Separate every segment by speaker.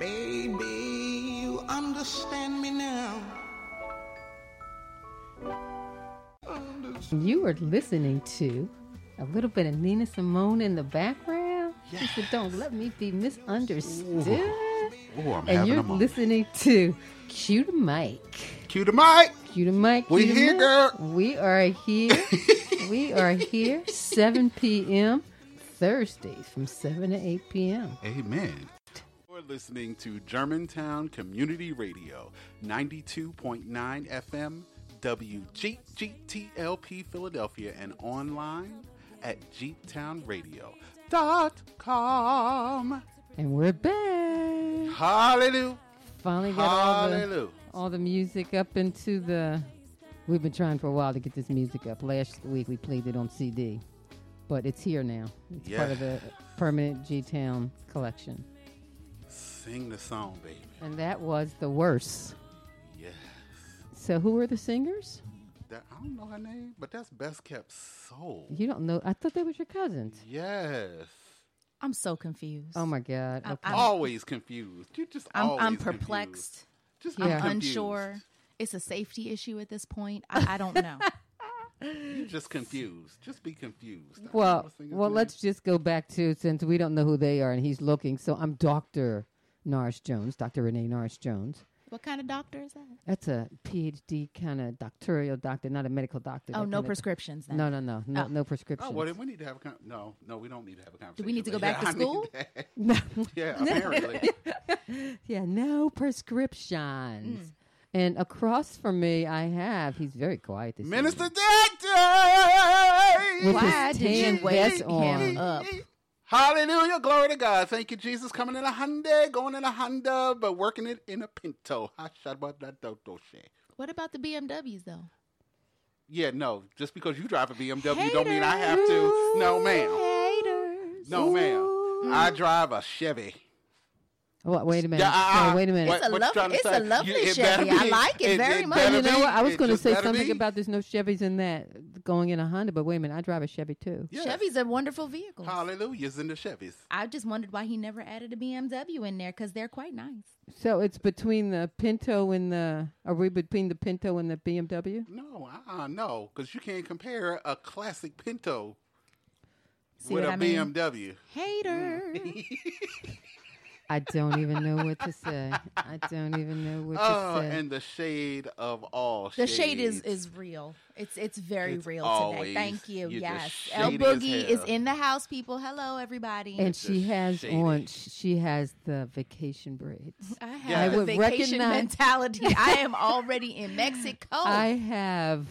Speaker 1: Baby, you understand me now.
Speaker 2: You are listening to a little bit of Nina Simone in the background. She said, Don't let me be misunderstood.
Speaker 3: Oh, I'm
Speaker 2: And
Speaker 3: having
Speaker 2: you're
Speaker 3: a moment.
Speaker 2: listening to Cue the Mic.
Speaker 3: Cue the mic.
Speaker 2: Cue the mic.
Speaker 3: We
Speaker 2: cue the
Speaker 3: here,
Speaker 2: mic.
Speaker 3: girl.
Speaker 2: We are here. we are here. 7 p.m. Thursdays from 7 to 8 p.m.
Speaker 3: Amen. You're listening to Germantown Community Radio, 92.9 FM, WGGTLP Philadelphia, and online at jeeptownradio.com.
Speaker 2: And we're back.
Speaker 3: Hallelujah.
Speaker 2: Finally got all the,
Speaker 3: Hallelujah.
Speaker 2: all the music up into the. We've been trying for a while to get this music up. Last week we played it on CD, but it's here now. It's part
Speaker 3: Yeah.
Speaker 2: of the permanent G Town collection.
Speaker 3: Sing the song, baby.
Speaker 2: And that was the worst.
Speaker 3: Yes.
Speaker 2: So who were the singers?
Speaker 3: That, I don't know her name, but that's Best Kept Soul.
Speaker 2: You don't know. I thought they was your cousins.
Speaker 3: Yes.
Speaker 4: I'm so confused.
Speaker 2: Oh my God.
Speaker 4: I-
Speaker 2: Okay.
Speaker 4: I'm-
Speaker 3: always confused. You just
Speaker 4: I'm,
Speaker 3: always
Speaker 4: I'm
Speaker 3: confused.
Speaker 4: perplexed.
Speaker 3: Just
Speaker 2: Yeah.
Speaker 4: I'm
Speaker 3: confused.
Speaker 4: unsure. It's a safety issue at this point. I, I don't know.
Speaker 3: You're just confused. Just be confused. I don't know
Speaker 2: Well,
Speaker 3: what's thinking
Speaker 2: well,
Speaker 3: of
Speaker 2: let's just go back to since we don't know who they are and he's looking. So I'm Doctor Norris Jones, Doctor Renee Norris Jones.
Speaker 4: what kind of doctor is that?
Speaker 2: That's a PhD kind of doctoral doctor, not a medical doctor.
Speaker 4: Oh,
Speaker 2: that
Speaker 4: no
Speaker 2: kinda-
Speaker 4: prescriptions then.
Speaker 2: No, no, no, no,
Speaker 4: Oh.
Speaker 2: no
Speaker 3: you.
Speaker 2: prescription.
Speaker 3: Oh, well, then we need to have a con- no, no, we don't need to have a conversation.
Speaker 4: we need to go
Speaker 3: but yeah,
Speaker 4: back to
Speaker 3: I need
Speaker 4: school?
Speaker 3: that. yeah, apparently.
Speaker 2: yeah, no
Speaker 3: Mm.
Speaker 2: prescriptions. And across from me, I have. He's very quiet. This
Speaker 3: Minister
Speaker 2: evening.
Speaker 3: Dante!
Speaker 2: With
Speaker 4: Why
Speaker 2: his
Speaker 4: did
Speaker 2: tan
Speaker 4: you wake
Speaker 2: vest
Speaker 4: him
Speaker 2: on.
Speaker 4: up?
Speaker 3: Hallelujah, glory to God. Thank you, Jesus. Coming in a Hyundai, going in a Honda, but working it in a Pinto. Ha, shabba, da, do, do, she.
Speaker 4: What about the BMWs though?
Speaker 3: Yeah, no, just because you drive a BMW don't mean I have to. No, ma'am.
Speaker 4: Haters.
Speaker 3: No, ma'am. I drive a Chevy.
Speaker 2: What? Wait a minute.
Speaker 3: Yeah, uh,
Speaker 2: No, wait a minute.
Speaker 3: what-
Speaker 4: It's a
Speaker 3: what you
Speaker 4: lovely-
Speaker 3: trying to
Speaker 4: it's a
Speaker 3: say?
Speaker 4: lovely
Speaker 3: it
Speaker 4: Chevy.
Speaker 3: better
Speaker 4: I like it very much.
Speaker 2: Well,
Speaker 3: better
Speaker 2: you know
Speaker 3: be.
Speaker 2: what? I was
Speaker 3: It
Speaker 2: going to
Speaker 3: just
Speaker 2: say
Speaker 3: better
Speaker 2: something
Speaker 3: be.
Speaker 2: about there's no Chevys in that going in a Honda, but wait a minute, I drive a Chevy too.
Speaker 3: Yes.
Speaker 4: Chevy's a wonderful vehicle.
Speaker 3: Hallelujahs in the Chevys.
Speaker 4: I just wondered why he never added a BMW in there because they're quite nice.
Speaker 2: So it's between the Pinto and the. Are we between the Pinto and the BMW?
Speaker 3: No, uh-uh, no, because you can't compare a classic Pinto
Speaker 4: See
Speaker 3: with
Speaker 4: what
Speaker 3: a
Speaker 4: I mean?
Speaker 3: BMW.
Speaker 4: Hater.
Speaker 2: I don't even know what to say. I don't even know what
Speaker 3: Oh,
Speaker 2: to say.
Speaker 3: and the shade of all
Speaker 4: The shade is
Speaker 3: shades.
Speaker 4: is real. It's it's very
Speaker 3: It's
Speaker 4: real
Speaker 3: always-
Speaker 4: today. Thank you.
Speaker 3: you're
Speaker 4: yes,
Speaker 3: just
Speaker 4: El
Speaker 3: shady as
Speaker 4: Boogie
Speaker 3: hell.
Speaker 4: is in the house, people. Hello, everybody.
Speaker 2: and she
Speaker 3: just
Speaker 2: has
Speaker 3: shady.
Speaker 2: on. She has the vacation braids.
Speaker 4: I have
Speaker 3: Yes. I
Speaker 4: a
Speaker 2: would
Speaker 4: vacation
Speaker 2: recognize-
Speaker 4: mentality. I am already in Mexico.
Speaker 2: I have.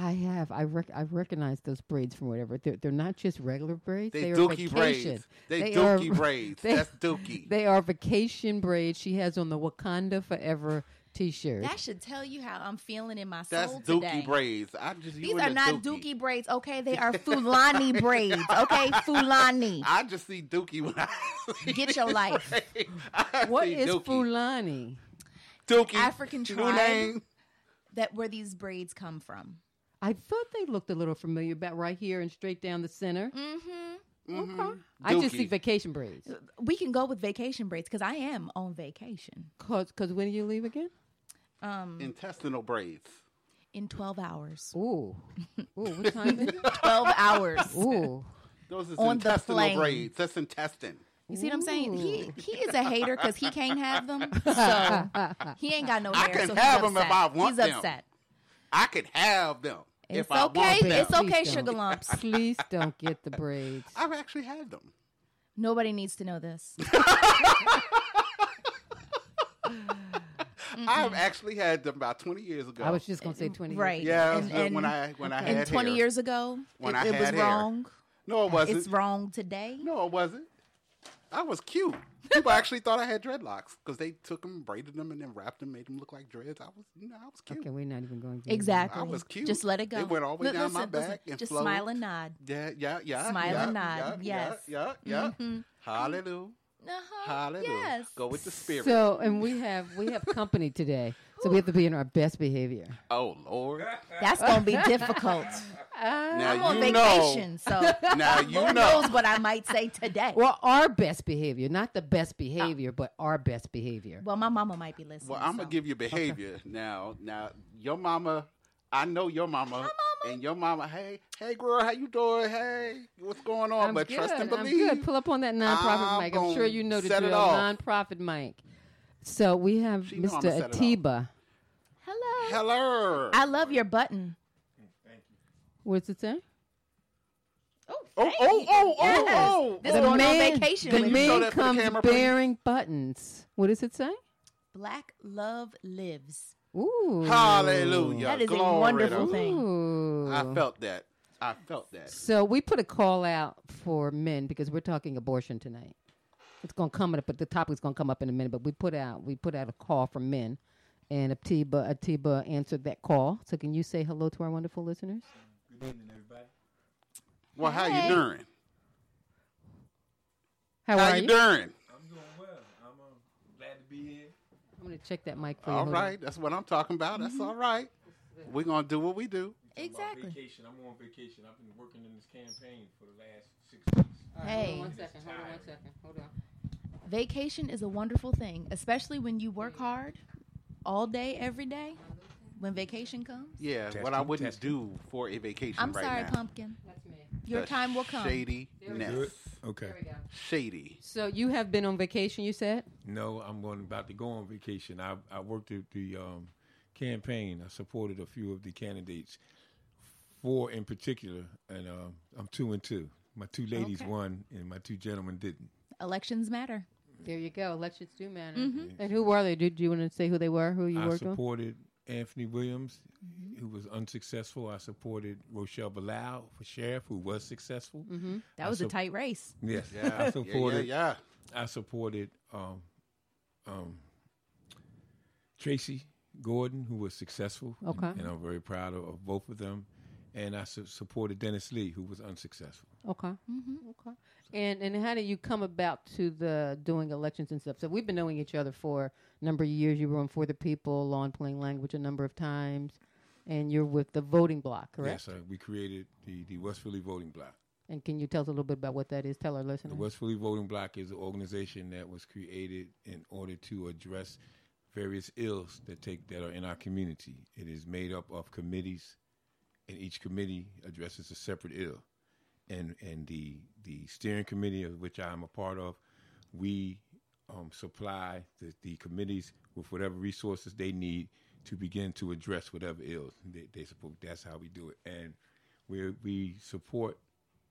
Speaker 2: I have. I rec- I recognize those braids from whatever. They're, they're not just regular braids.
Speaker 3: They,
Speaker 2: They, are
Speaker 3: dookie
Speaker 2: vacation.
Speaker 3: braids. They,
Speaker 2: are-
Speaker 3: dookie braids.
Speaker 2: they-
Speaker 3: That's dookie.
Speaker 2: They are vacation braids. She has on the Wakanda Forever T-shirt.
Speaker 4: that should tell you how I'm feeling in my
Speaker 3: That's
Speaker 4: soul
Speaker 3: dookie
Speaker 4: today.
Speaker 3: braids. I just you
Speaker 4: These
Speaker 3: and
Speaker 4: are
Speaker 3: the
Speaker 4: not dookie. braids, okay? They are Fulani braids, okay? Fulani.
Speaker 3: I just see dookie when I see
Speaker 4: Get your life.
Speaker 3: braid. I
Speaker 2: What
Speaker 3: see
Speaker 2: is
Speaker 3: dookie.
Speaker 2: Fulani?
Speaker 3: Dookie.
Speaker 4: African
Speaker 3: New
Speaker 4: tribe?
Speaker 3: name.
Speaker 4: That where these braids come from.
Speaker 2: I thought they looked a little familiar, about right here and straight down the center. Mm-hmm. Okay. I just see
Speaker 3: Dookie.
Speaker 2: vacation braids.
Speaker 4: We can go with vacation braids because I am on vacation
Speaker 2: Cause, cause when do you leave again?
Speaker 3: Intestinal braids.
Speaker 4: in 12 hours.
Speaker 2: Ooh, ooh, what time is it?
Speaker 4: 12 hours.
Speaker 2: Ooh,
Speaker 3: Those is
Speaker 4: On the
Speaker 3: intestinal
Speaker 4: plane.
Speaker 3: braids. That's intestine.
Speaker 4: You see what I'm saying? He he is a hater because he can't have them. So he ain't got no hair.
Speaker 3: can
Speaker 4: so
Speaker 3: have
Speaker 4: he's
Speaker 3: 'em if
Speaker 4: upset.
Speaker 3: I want
Speaker 4: he's
Speaker 3: them.
Speaker 4: upset.
Speaker 3: I could have them
Speaker 4: It's
Speaker 3: if I
Speaker 4: okay.
Speaker 3: want them.
Speaker 4: It's okay,
Speaker 2: Please
Speaker 4: sugar
Speaker 2: don't.
Speaker 4: lumps.
Speaker 2: please don't get the braids.
Speaker 3: I've actually had them.
Speaker 4: Nobody needs to know this.
Speaker 3: I've actually had them about twenty years ago.
Speaker 2: I was just gonna say twenty. years.
Speaker 4: Right.
Speaker 3: yeah, it
Speaker 4: And-
Speaker 3: was the- when
Speaker 4: and-
Speaker 3: I when I had
Speaker 4: And 20
Speaker 3: hair.
Speaker 4: years ago,
Speaker 3: When
Speaker 4: it,
Speaker 3: I
Speaker 4: it was
Speaker 3: had hair.
Speaker 4: wrong.
Speaker 3: No, it wasn't.
Speaker 4: It's wrong today.
Speaker 3: No, it wasn't. I was cute. People actually thought I had dreadlocks because they took them, braided them, and then wrapped them, made them look like dreads. I was, you know, I was cute.
Speaker 2: Okay, we're not even going. there.
Speaker 4: Exactly.
Speaker 3: I was cute.
Speaker 4: Just let it go.
Speaker 3: It went all the way
Speaker 4: Li-
Speaker 3: down my
Speaker 4: listen, listen.
Speaker 3: back and
Speaker 4: Just
Speaker 3: flowed.
Speaker 4: smile and nod.
Speaker 3: Yeah, yeah, yeah.
Speaker 4: Smile
Speaker 3: yeah,
Speaker 4: and nod.
Speaker 3: Yeah,
Speaker 4: Yes.
Speaker 3: Yeah, yeah. Hallelujah.
Speaker 4: Uh-huh.
Speaker 3: Hallelujah.
Speaker 4: Yes.
Speaker 3: Go with the spirit.
Speaker 2: So, and we have we have company today. So we have to be in our best behavior.
Speaker 3: Oh Lord!
Speaker 4: That's gonna be difficult.
Speaker 3: Now
Speaker 4: I'm on
Speaker 3: you
Speaker 4: vacation, so
Speaker 3: know. Now you
Speaker 4: Lord
Speaker 3: know.
Speaker 4: knows what I might say today. Well,
Speaker 2: Well, our best behavior, not the best behavior, but our best behavior.
Speaker 4: my mama might be listening.
Speaker 3: Well, I'm
Speaker 4: so.
Speaker 3: gonna give you behavior now. Now your mama, I know your mama, and your mama. Hey, hey, girl, how you doing? Hey, what's going on?
Speaker 2: I'm
Speaker 3: Oh, but
Speaker 2: good.
Speaker 3: trust and
Speaker 2: I'm
Speaker 3: believe.
Speaker 2: good. Pull up on that nonprofit
Speaker 3: I'm
Speaker 2: mic. I'm sure
Speaker 3: gonna
Speaker 2: you know the
Speaker 3: set it
Speaker 2: drill.
Speaker 3: off.
Speaker 2: Nonprofit mic. So we have
Speaker 3: She know I'ma set it
Speaker 2: Mr.
Speaker 3: off.
Speaker 2: Atiba.
Speaker 4: Hello.
Speaker 3: Hello.
Speaker 4: I love your button.
Speaker 2: What's it say?
Speaker 4: Oh,
Speaker 3: oh,
Speaker 4: thank
Speaker 3: oh,
Speaker 4: you.
Speaker 3: oh, oh,
Speaker 4: Yes.
Speaker 3: oh,
Speaker 4: This
Speaker 3: oh.
Speaker 4: going on vacation
Speaker 2: The
Speaker 4: with
Speaker 3: you. Show
Speaker 2: man
Speaker 3: that to the
Speaker 2: comes
Speaker 3: camera, please.
Speaker 2: bearing buttons. What does it say?
Speaker 4: Black love lives.
Speaker 2: Ooh.
Speaker 3: Hallelujah.
Speaker 4: That is a
Speaker 3: Glory to
Speaker 4: wonderful
Speaker 3: God.
Speaker 4: thing.
Speaker 2: Ooh.
Speaker 3: I felt that. I felt that.
Speaker 2: So we put a call out for men because we're talking abortion tonight. It's gonna come up, but the topic's gonna come up in a minute. But we put out we put out a call for men, and Atiba Atiba answered that call. So can you say hello to our wonderful listeners?
Speaker 5: Good evening, everybody.
Speaker 3: Well, how
Speaker 4: Hey.
Speaker 3: you doing?
Speaker 2: How,
Speaker 3: How
Speaker 2: are
Speaker 3: you
Speaker 2: you?
Speaker 3: doing?
Speaker 5: I'm doing well. I'm um, glad to be here.
Speaker 2: I'm gonna check that mic for you.
Speaker 3: All
Speaker 2: Hold on.
Speaker 3: right. That's what I'm talking about.
Speaker 4: Mm-hmm.
Speaker 3: That's all right. We're going to do what we do.
Speaker 5: Talking about
Speaker 4: Exactly.
Speaker 5: Vacation. I'm on vacation. I've been working in this campaign for the last six weeks.
Speaker 2: Hold on
Speaker 4: Hey,
Speaker 2: one second. Hold on one second. Hold on.
Speaker 4: vacation is a wonderful thing, especially when you work hard all day, every day. When vacation comes,
Speaker 3: Yeah,
Speaker 5: Testing,
Speaker 3: what I wouldn't
Speaker 5: testing.
Speaker 3: do for a vacation
Speaker 4: I'm
Speaker 3: right
Speaker 4: sorry,
Speaker 3: now.
Speaker 4: pumpkin.
Speaker 2: That's me.
Speaker 4: Your
Speaker 3: The
Speaker 4: time will come.
Speaker 3: Shadiness.
Speaker 5: Okay.
Speaker 2: There we go.
Speaker 3: Shady.
Speaker 2: So you have been on vacation. You said.
Speaker 5: No, I'm going about to go on vacation. I, I worked at the um, campaign. I supported a few of the candidates, four in particular, and um, I'm two and two. My two ladies
Speaker 4: Okay.
Speaker 5: won, and my two gentlemen didn't.
Speaker 4: Elections matter.
Speaker 2: There you go. Elections do matter. And who were they? Did you want to say who they were? Who you
Speaker 5: I
Speaker 2: worked on?
Speaker 5: supported Anthony Williams,
Speaker 4: Mm-hmm.
Speaker 5: who was unsuccessful. I supported Rochelle Bilal for sheriff, who was successful.
Speaker 4: That was a
Speaker 5: sup-
Speaker 4: tight race.
Speaker 5: Yes, I
Speaker 3: Yeah, yeah, yeah,
Speaker 5: supported.
Speaker 3: yeah.
Speaker 5: I supported um, um, Tracy Gordon, who was successful. and-
Speaker 2: Okay.
Speaker 5: and, I'm very proud of, of both of them. And I su- supported Dennis Lee, who was unsuccessful.
Speaker 2: Okay. Okay. Mm-hmm. And and how did you come about to the doing elections and stuff? So we've been knowing each other for a number of years. You were on For the People, Law and Plain Language a number of times, and you're with the Voting Bloc, correct?
Speaker 5: Yes, uh, we created the, the West Philly Voting Block.
Speaker 2: And can you tell us a little bit about what that is? Tell our
Speaker 5: The
Speaker 2: listeners.
Speaker 5: West Philly Voting Block is an organization that was created in order to address various ills that take that are in our community. It is made up of committees, and each committee addresses a separate ill. And and the the steering committee of which I am a part of, we um, supply the, the committees with whatever resources they need to begin to address whatever ills they, they support. That's how we do it, and we we support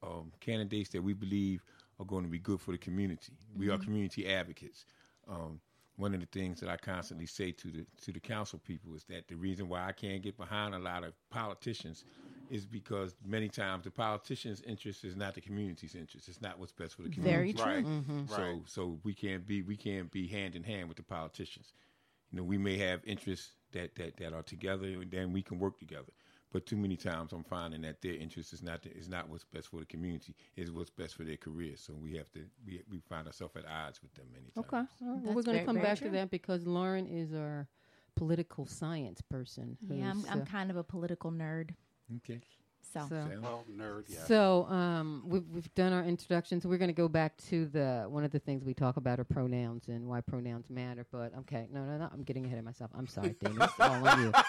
Speaker 5: um, candidates that we believe are going to be good for the community. We are community advocates. Um, one of the things that I constantly say to the to the council people is that the reason why I can't get behind a lot of politicians is because many times the politician's interest is not the community's interest. It's not what's best for the
Speaker 4: Very
Speaker 5: community.
Speaker 4: true. Mm-hmm.
Speaker 3: Right.
Speaker 5: So so we can't be we can't be hand in hand with the politicians. You know, we may have interests that that that are together, and then we can work together. But too many times, I'm finding that their interest is not is not what's best for the community. It's what's best for their career. So we have to we we find ourselves at odds with them many times.
Speaker 2: Okay. All right. Well, we're
Speaker 4: That's
Speaker 2: going to
Speaker 4: very-
Speaker 2: come
Speaker 4: very
Speaker 2: back
Speaker 4: true.
Speaker 2: to that because Lauren is our political science person.
Speaker 4: Yeah, I'm,
Speaker 2: who's,
Speaker 4: I'm
Speaker 2: uh,
Speaker 4: kind of a political nerd.
Speaker 5: Okay.
Speaker 4: So,
Speaker 2: so-
Speaker 5: Sound-
Speaker 3: Well, Oh, nerd, yeah.
Speaker 2: So um, we've, we've done our introductions. We're going to go back to the one of the things we talk about are pronouns and why pronouns matter. But okay, no, no, no. I'm getting ahead of myself. I'm sorry, Damon. This is all on you. This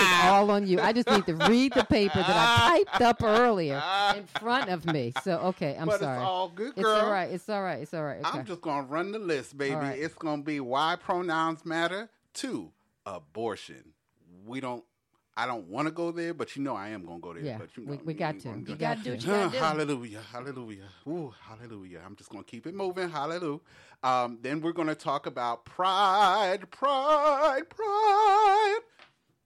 Speaker 2: is all on you. I just need to read the paper that I typed up earlier in front of me. So okay, I'm
Speaker 3: but
Speaker 2: sorry.
Speaker 3: it's all good,
Speaker 2: It's
Speaker 3: girl.
Speaker 2: all right. It's all right. It's all right. Okay.
Speaker 3: I'm just gonna run the list, baby.
Speaker 2: All right.
Speaker 3: It's gonna be why pronouns matter. Two, abortion. We don't. I don't want to go there, but you know I am gonna go there.
Speaker 2: Yeah,
Speaker 3: but you
Speaker 2: we-
Speaker 3: know,
Speaker 2: we got to.
Speaker 3: gonna
Speaker 2: You
Speaker 3: do-
Speaker 2: got
Speaker 4: gotta do
Speaker 2: to.
Speaker 4: what you gotta do.
Speaker 3: hallelujah, hallelujah, ooh, hallelujah. I'm just gonna keep it moving, hallelujah. Um, then we're gonna talk about pride, pride, pride.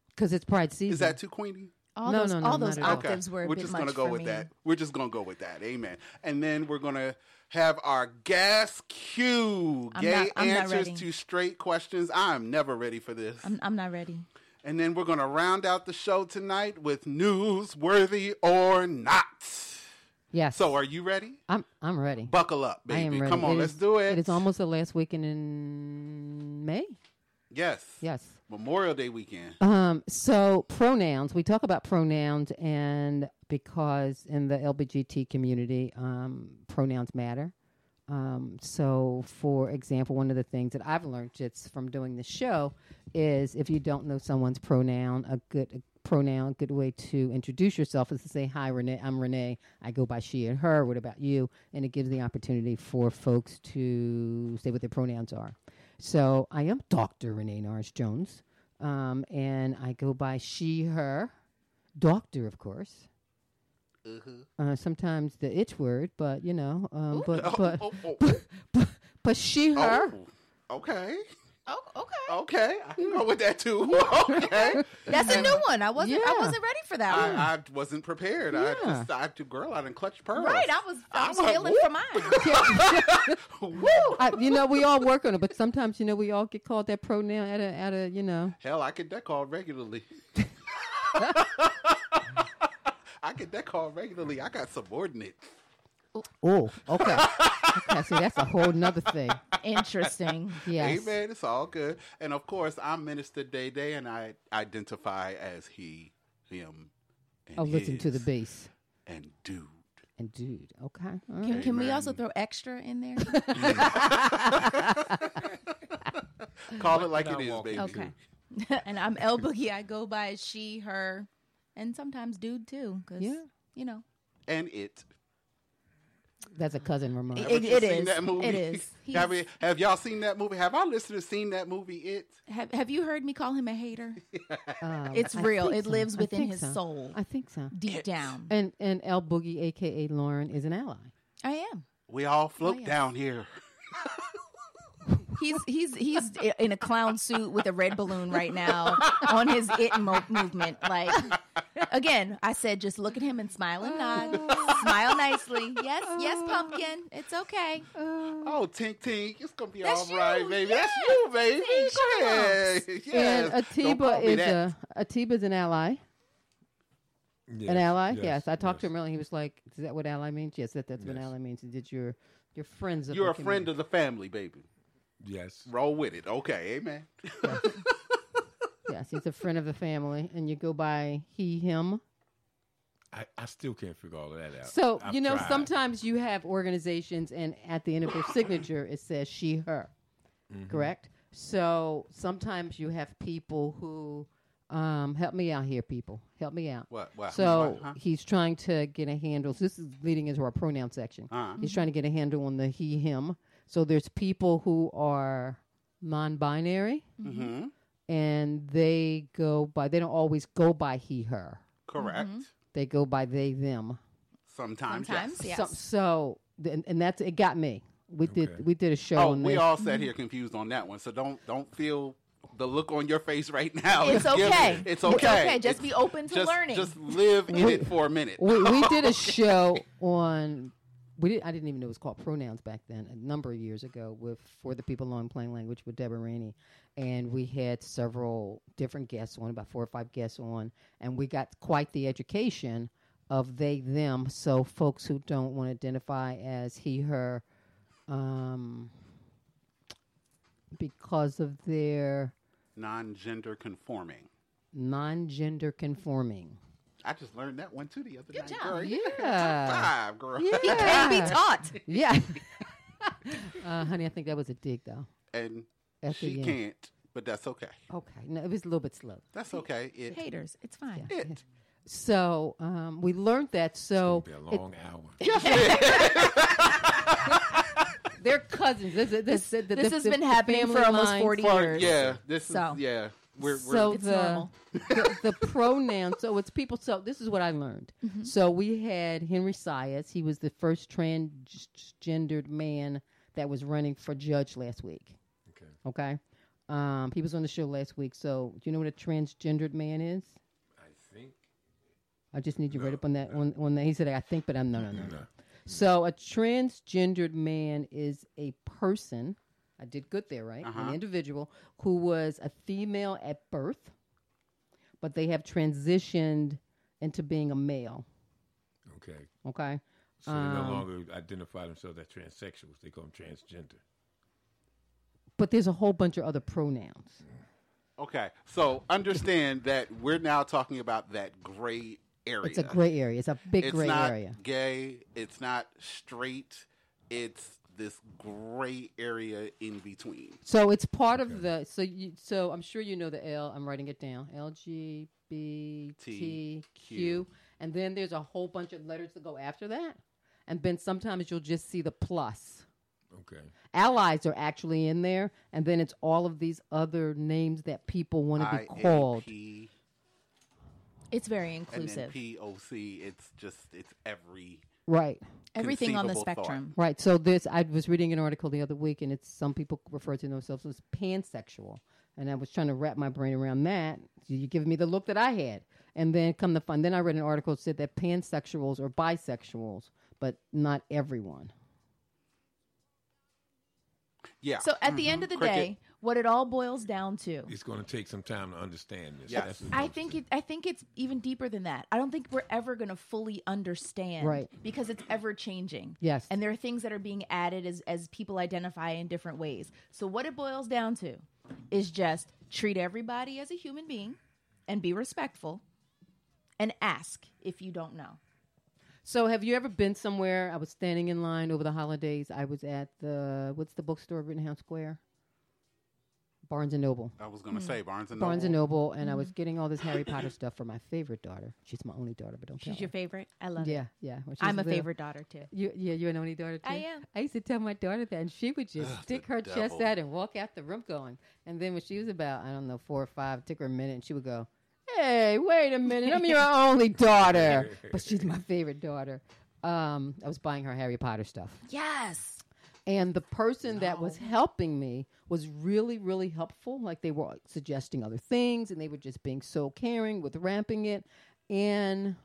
Speaker 2: Because it's Pride season.
Speaker 3: Is that too queenie?
Speaker 4: all
Speaker 2: No,
Speaker 4: those
Speaker 2: no, no,
Speaker 4: all
Speaker 2: not
Speaker 4: those
Speaker 2: at all.
Speaker 3: Okay.
Speaker 4: octaves were a
Speaker 3: we're
Speaker 4: bit
Speaker 3: just
Speaker 4: much
Speaker 3: gonna go
Speaker 4: for
Speaker 3: with
Speaker 4: me.
Speaker 3: that. We're just gonna go with that. Amen. And then we're gonna have our gas cue.
Speaker 4: I'm
Speaker 3: Gay
Speaker 4: not- I'm not
Speaker 3: answers
Speaker 4: ready.
Speaker 3: to straight questions. I'm never ready for this.
Speaker 4: I'm, I'm not ready.
Speaker 3: and then we're gonna round out the show tonight with newsworthy or not.
Speaker 2: yes.
Speaker 3: So are you ready?
Speaker 2: I'm I'm ready.
Speaker 3: Buckle up,
Speaker 2: I
Speaker 3: baby.
Speaker 2: am ready.
Speaker 3: Come on,
Speaker 2: It
Speaker 3: let's
Speaker 2: is-
Speaker 3: do it.
Speaker 2: It is almost the last weekend in May.
Speaker 3: Yes.
Speaker 2: Yes.
Speaker 3: Memorial Day weekend.
Speaker 2: Um, so pronouns. We talk about pronouns, and because in the LBGT community, um, pronouns matter. Um, so, for example, one of the things that I've learned just from doing this show is if you don't know someone's pronoun, a good a pronoun, good way to introduce yourself is to say, "Hi, Renee. I'm Renee. I go by she and her. What about you?" And it gives the opportunity for folks to say what their pronouns are. So, I am Doctor Renee Norris Jones um, and I go by she, her, doctor, of course.
Speaker 4: Uh-huh.
Speaker 2: Uh, sometimes the itch word, but you know, um, but, but,
Speaker 3: oh, oh, oh,
Speaker 2: but but but she, her.
Speaker 3: oh. Okay.
Speaker 4: Oh, okay.
Speaker 3: Okay. I can go with that too. okay.
Speaker 4: That's a new one. I wasn't. I
Speaker 2: Yeah.
Speaker 4: wasn't ready for that one.
Speaker 3: I, I wasn't prepared. I
Speaker 2: Yeah.
Speaker 3: just, I, girl, I done clutch pearls.
Speaker 4: right. I was. I
Speaker 3: I'm
Speaker 4: was
Speaker 3: like,
Speaker 4: feeling
Speaker 3: whoop.
Speaker 4: for mine.
Speaker 3: Woo!
Speaker 2: I, you know, we all work on it, but sometimes you know we all get called that pronoun at a at a you know.
Speaker 3: Hell, I get that call regularly. I get that call regularly. I got subordinates.
Speaker 2: Oh, okay. okay, so that's a whole nother thing.
Speaker 4: Interesting.
Speaker 2: Yes.
Speaker 3: Amen. It's all good. And of course, I'm Minister Day Day, and I identify as he, him, and
Speaker 2: Oh, listen to the
Speaker 3: his,
Speaker 2: bass
Speaker 3: and dude.
Speaker 2: and dude. Okay. all right.
Speaker 4: Can, can we
Speaker 3: Amen.
Speaker 4: also throw extra in there?
Speaker 3: Call it like
Speaker 5: What
Speaker 3: it
Speaker 5: did I
Speaker 3: is,
Speaker 5: walk
Speaker 3: baby.
Speaker 5: into?
Speaker 4: Okay. and I'm L Boogie. I go by she, her, and sometimes dude too. Cause
Speaker 2: Yeah.
Speaker 4: you know
Speaker 3: And it.
Speaker 2: That's a cousin Ramon.
Speaker 4: It-
Speaker 3: Haven't you
Speaker 4: it
Speaker 3: seen
Speaker 4: is.
Speaker 3: That movie?
Speaker 4: It is.
Speaker 3: have,
Speaker 4: He's-
Speaker 3: you- have y'all seen that movie? Have our listeners seen that movie? It.
Speaker 4: Have Have you heard me call him a hater?
Speaker 2: Um,
Speaker 4: It's
Speaker 2: I
Speaker 4: real.
Speaker 2: think
Speaker 4: It
Speaker 2: so.
Speaker 4: lives
Speaker 2: I
Speaker 4: within
Speaker 2: think
Speaker 4: his
Speaker 2: so.
Speaker 4: soul,
Speaker 2: I think so.
Speaker 4: deep down.
Speaker 2: And and El Boogie, aka Lauren, is an ally.
Speaker 4: I am.
Speaker 3: We all float
Speaker 4: yeah.
Speaker 3: down here.
Speaker 4: He's he's he's i- in a clown suit with a red balloon right now on his it mo- movement. Like again, I said, just look at him and smile and nod, smile nicely. Yes, yes, pumpkin. It's okay.
Speaker 3: Oh, Tink Tink, it's gonna be
Speaker 4: That's
Speaker 3: all right,
Speaker 4: you.
Speaker 3: baby.
Speaker 4: Yeah.
Speaker 3: That's you, baby.
Speaker 4: Tink, come
Speaker 3: Yes. yes. Don't
Speaker 2: And
Speaker 3: call
Speaker 2: Atiba
Speaker 3: me
Speaker 2: is
Speaker 3: that.
Speaker 2: a Atiba is an ally.
Speaker 5: Yes,
Speaker 2: an ally. Yes, I talked to
Speaker 5: yes.
Speaker 2: him earlier. He was like, "Is that what ally means?" Yes, that, that's what
Speaker 5: Yes.
Speaker 2: ally means. Did your your friends? Of
Speaker 3: You're
Speaker 2: the
Speaker 3: a friend
Speaker 2: community.
Speaker 3: of the family, baby.
Speaker 5: Yes.
Speaker 3: Roll with it. Okay, amen.
Speaker 2: yes, he's a friend of the family, and you go by he him.
Speaker 5: I, I still can't figure all of that
Speaker 3: Oh,
Speaker 5: out.
Speaker 2: So
Speaker 5: I've
Speaker 2: you know,
Speaker 5: tried.
Speaker 2: sometimes you have organizations, and at the end of your signature, it says she her.
Speaker 3: Mm-hmm.
Speaker 2: Correct. So sometimes you have people who um, help me out here. People help me out.
Speaker 3: What? What?
Speaker 2: So
Speaker 3: what, huh?
Speaker 2: he's trying to get a handle. So this is leading into our pronoun section.
Speaker 3: Uh-huh.
Speaker 2: He's trying to get a handle on the he, him. So there's people who are non binary
Speaker 3: hmm
Speaker 2: and they go by, they don't always go by he, her.
Speaker 3: Correct.
Speaker 2: They go by they, them.
Speaker 3: Sometimes.
Speaker 4: Mm-hmm. Sometimes,
Speaker 3: yes.
Speaker 4: yeah.
Speaker 2: So,
Speaker 4: Yes.
Speaker 2: so and, and that's, it got me. We
Speaker 5: Okay.
Speaker 2: did, we did a show
Speaker 3: Oh,
Speaker 2: on
Speaker 3: we
Speaker 2: this.
Speaker 3: all
Speaker 4: Mm-hmm.
Speaker 3: sat here confused on that one. So don't don't feel the look on your face right now.
Speaker 4: It's
Speaker 3: given.
Speaker 4: okay.
Speaker 3: It's okay. It's-
Speaker 4: Just be open to
Speaker 3: just,
Speaker 4: learning.
Speaker 3: Just live in it for a minute.
Speaker 2: we, we did a show on we did, I didn't even know it was called pronouns back then a number of years ago with for the people on plain language with Deborah Rainey and we had several different guests on about four or five guests on and we got quite the education of they them so folks who don't want to identify as he her um, because of their
Speaker 3: Non-gender conforming.
Speaker 2: non-gender conforming
Speaker 3: I just learned that one too the other night.
Speaker 4: job.
Speaker 3: Girl, you
Speaker 2: yeah
Speaker 3: five, girl.
Speaker 4: He can be taught.
Speaker 2: Yeah. uh, honey, I think that was a dig though.
Speaker 3: And
Speaker 2: At the
Speaker 3: she
Speaker 2: end.
Speaker 3: can't, but that's okay.
Speaker 2: Okay. No, it was a little bit slow.
Speaker 3: That's okay. It,
Speaker 4: Haters, it's fine.
Speaker 3: it.
Speaker 2: So um, we learned that. So
Speaker 5: Be a long hour.
Speaker 2: they're cousins. This, this, this, the-
Speaker 4: this
Speaker 2: the-
Speaker 4: has
Speaker 2: the-
Speaker 4: been
Speaker 2: the
Speaker 4: happening for
Speaker 2: family
Speaker 4: almost
Speaker 2: line-
Speaker 4: 40
Speaker 3: Well,
Speaker 4: years.
Speaker 3: yeah, this
Speaker 4: So.
Speaker 3: is yeah. We're, we're
Speaker 2: so
Speaker 4: It's
Speaker 2: the,
Speaker 4: normal.
Speaker 2: the the pronoun. So it's people. So this is what I learned. So we had Henry Sias. He was the first transgendered man that was running for judge last week.
Speaker 5: Okay.
Speaker 2: Okay. Um, he was on the show last week. So do you know what a transgendered man is?
Speaker 5: I think.
Speaker 2: I just need you right up on that on on that. He said, "I think," but I'm no, no, no, no.
Speaker 5: No.
Speaker 2: So a transgendered man is a person. I did good there, right?
Speaker 3: Uh-huh.
Speaker 2: An individual who was a female at birth, but they have transitioned into being a male.
Speaker 5: Okay.
Speaker 2: Okay.
Speaker 5: So they no
Speaker 2: Um,
Speaker 5: longer identify themselves as transsexuals. They call them transgender.
Speaker 2: But there's a whole bunch of other pronouns.
Speaker 3: Okay, so understand that we're now talking about that gray area.
Speaker 2: It's a gray area. It's a big
Speaker 3: It's
Speaker 2: gray
Speaker 3: not
Speaker 2: area.
Speaker 3: gay. It's not straight. It's this gray area in between.
Speaker 2: So it's part of the so you so I'm sure you know the L. I'm writing it down. L G B T Q,
Speaker 3: Q.
Speaker 2: and then there's a whole bunch of letters that go after that, and then sometimes you'll just see the plus.
Speaker 5: Okay.
Speaker 2: Allies are actually in there, and then it's all of these other names that people want to be
Speaker 3: IAP,
Speaker 2: called.
Speaker 4: It's very
Speaker 3: and then
Speaker 4: inclusive.
Speaker 3: POC. It's just it's every
Speaker 2: Right,
Speaker 4: Everything on the
Speaker 3: conceivable thought.
Speaker 4: spectrum.
Speaker 2: right. So this I was reading an article the other week, and it's some people refer to themselves as pansexual, and I was trying to wrap my brain around that. You give me the look that I had, and then come the fun. Then I read an article that said that pansexuals are bisexuals, but not everyone.
Speaker 3: yeah. Mm-hmm.
Speaker 4: So at the end of the
Speaker 3: Cricket.
Speaker 4: day, what it all boils down to,
Speaker 5: It's going to take some time to understand this.
Speaker 3: Yes.
Speaker 5: what
Speaker 4: I
Speaker 5: I'm
Speaker 4: think
Speaker 5: saying.
Speaker 4: it, I think it's even deeper than that. I don't think we're ever going to fully understand,
Speaker 2: Right.
Speaker 4: Because it's ever changing.
Speaker 2: Yes.
Speaker 4: and there are things that are being added as as people identify in different ways. So what it boils down to is just treat everybody as a human being, and be respectful, and ask if you don't know.
Speaker 2: So, have you ever been somewhere? I was standing in line over the holidays. I was at the what's the bookstore, at Rittenhouse Square, Barnes and Noble.
Speaker 3: I was gonna
Speaker 4: Mm-hmm.
Speaker 3: say Barnes and
Speaker 2: Barnes and
Speaker 3: Noble.
Speaker 2: Noble, and I was getting all this Harry Potter stuff for my favorite daughter. She's my only daughter, but don't tell
Speaker 4: She's your
Speaker 2: her.
Speaker 4: favorite. I love it.
Speaker 2: Yeah, yeah. when she
Speaker 4: I'm a
Speaker 2: was little.
Speaker 4: favorite daughter too.
Speaker 2: You, yeah, you're an only daughter. Too?
Speaker 4: I am.
Speaker 2: I used to tell my daughter that, and she would just
Speaker 3: Ugh, the
Speaker 2: stick her chest
Speaker 3: devil.
Speaker 2: out and walk out the room going. And then when she was about, I don't know, four or five, it took her a minute, and she would go, "Hey, wait a minute, I'm your only daughter, but she's my favorite daughter." Um, I was buying her Harry Potter stuff,
Speaker 4: Yes.
Speaker 2: and the person that was helping me was really, really helpful. Like they were suggesting other things, and they were just being so caring with wrapping it, and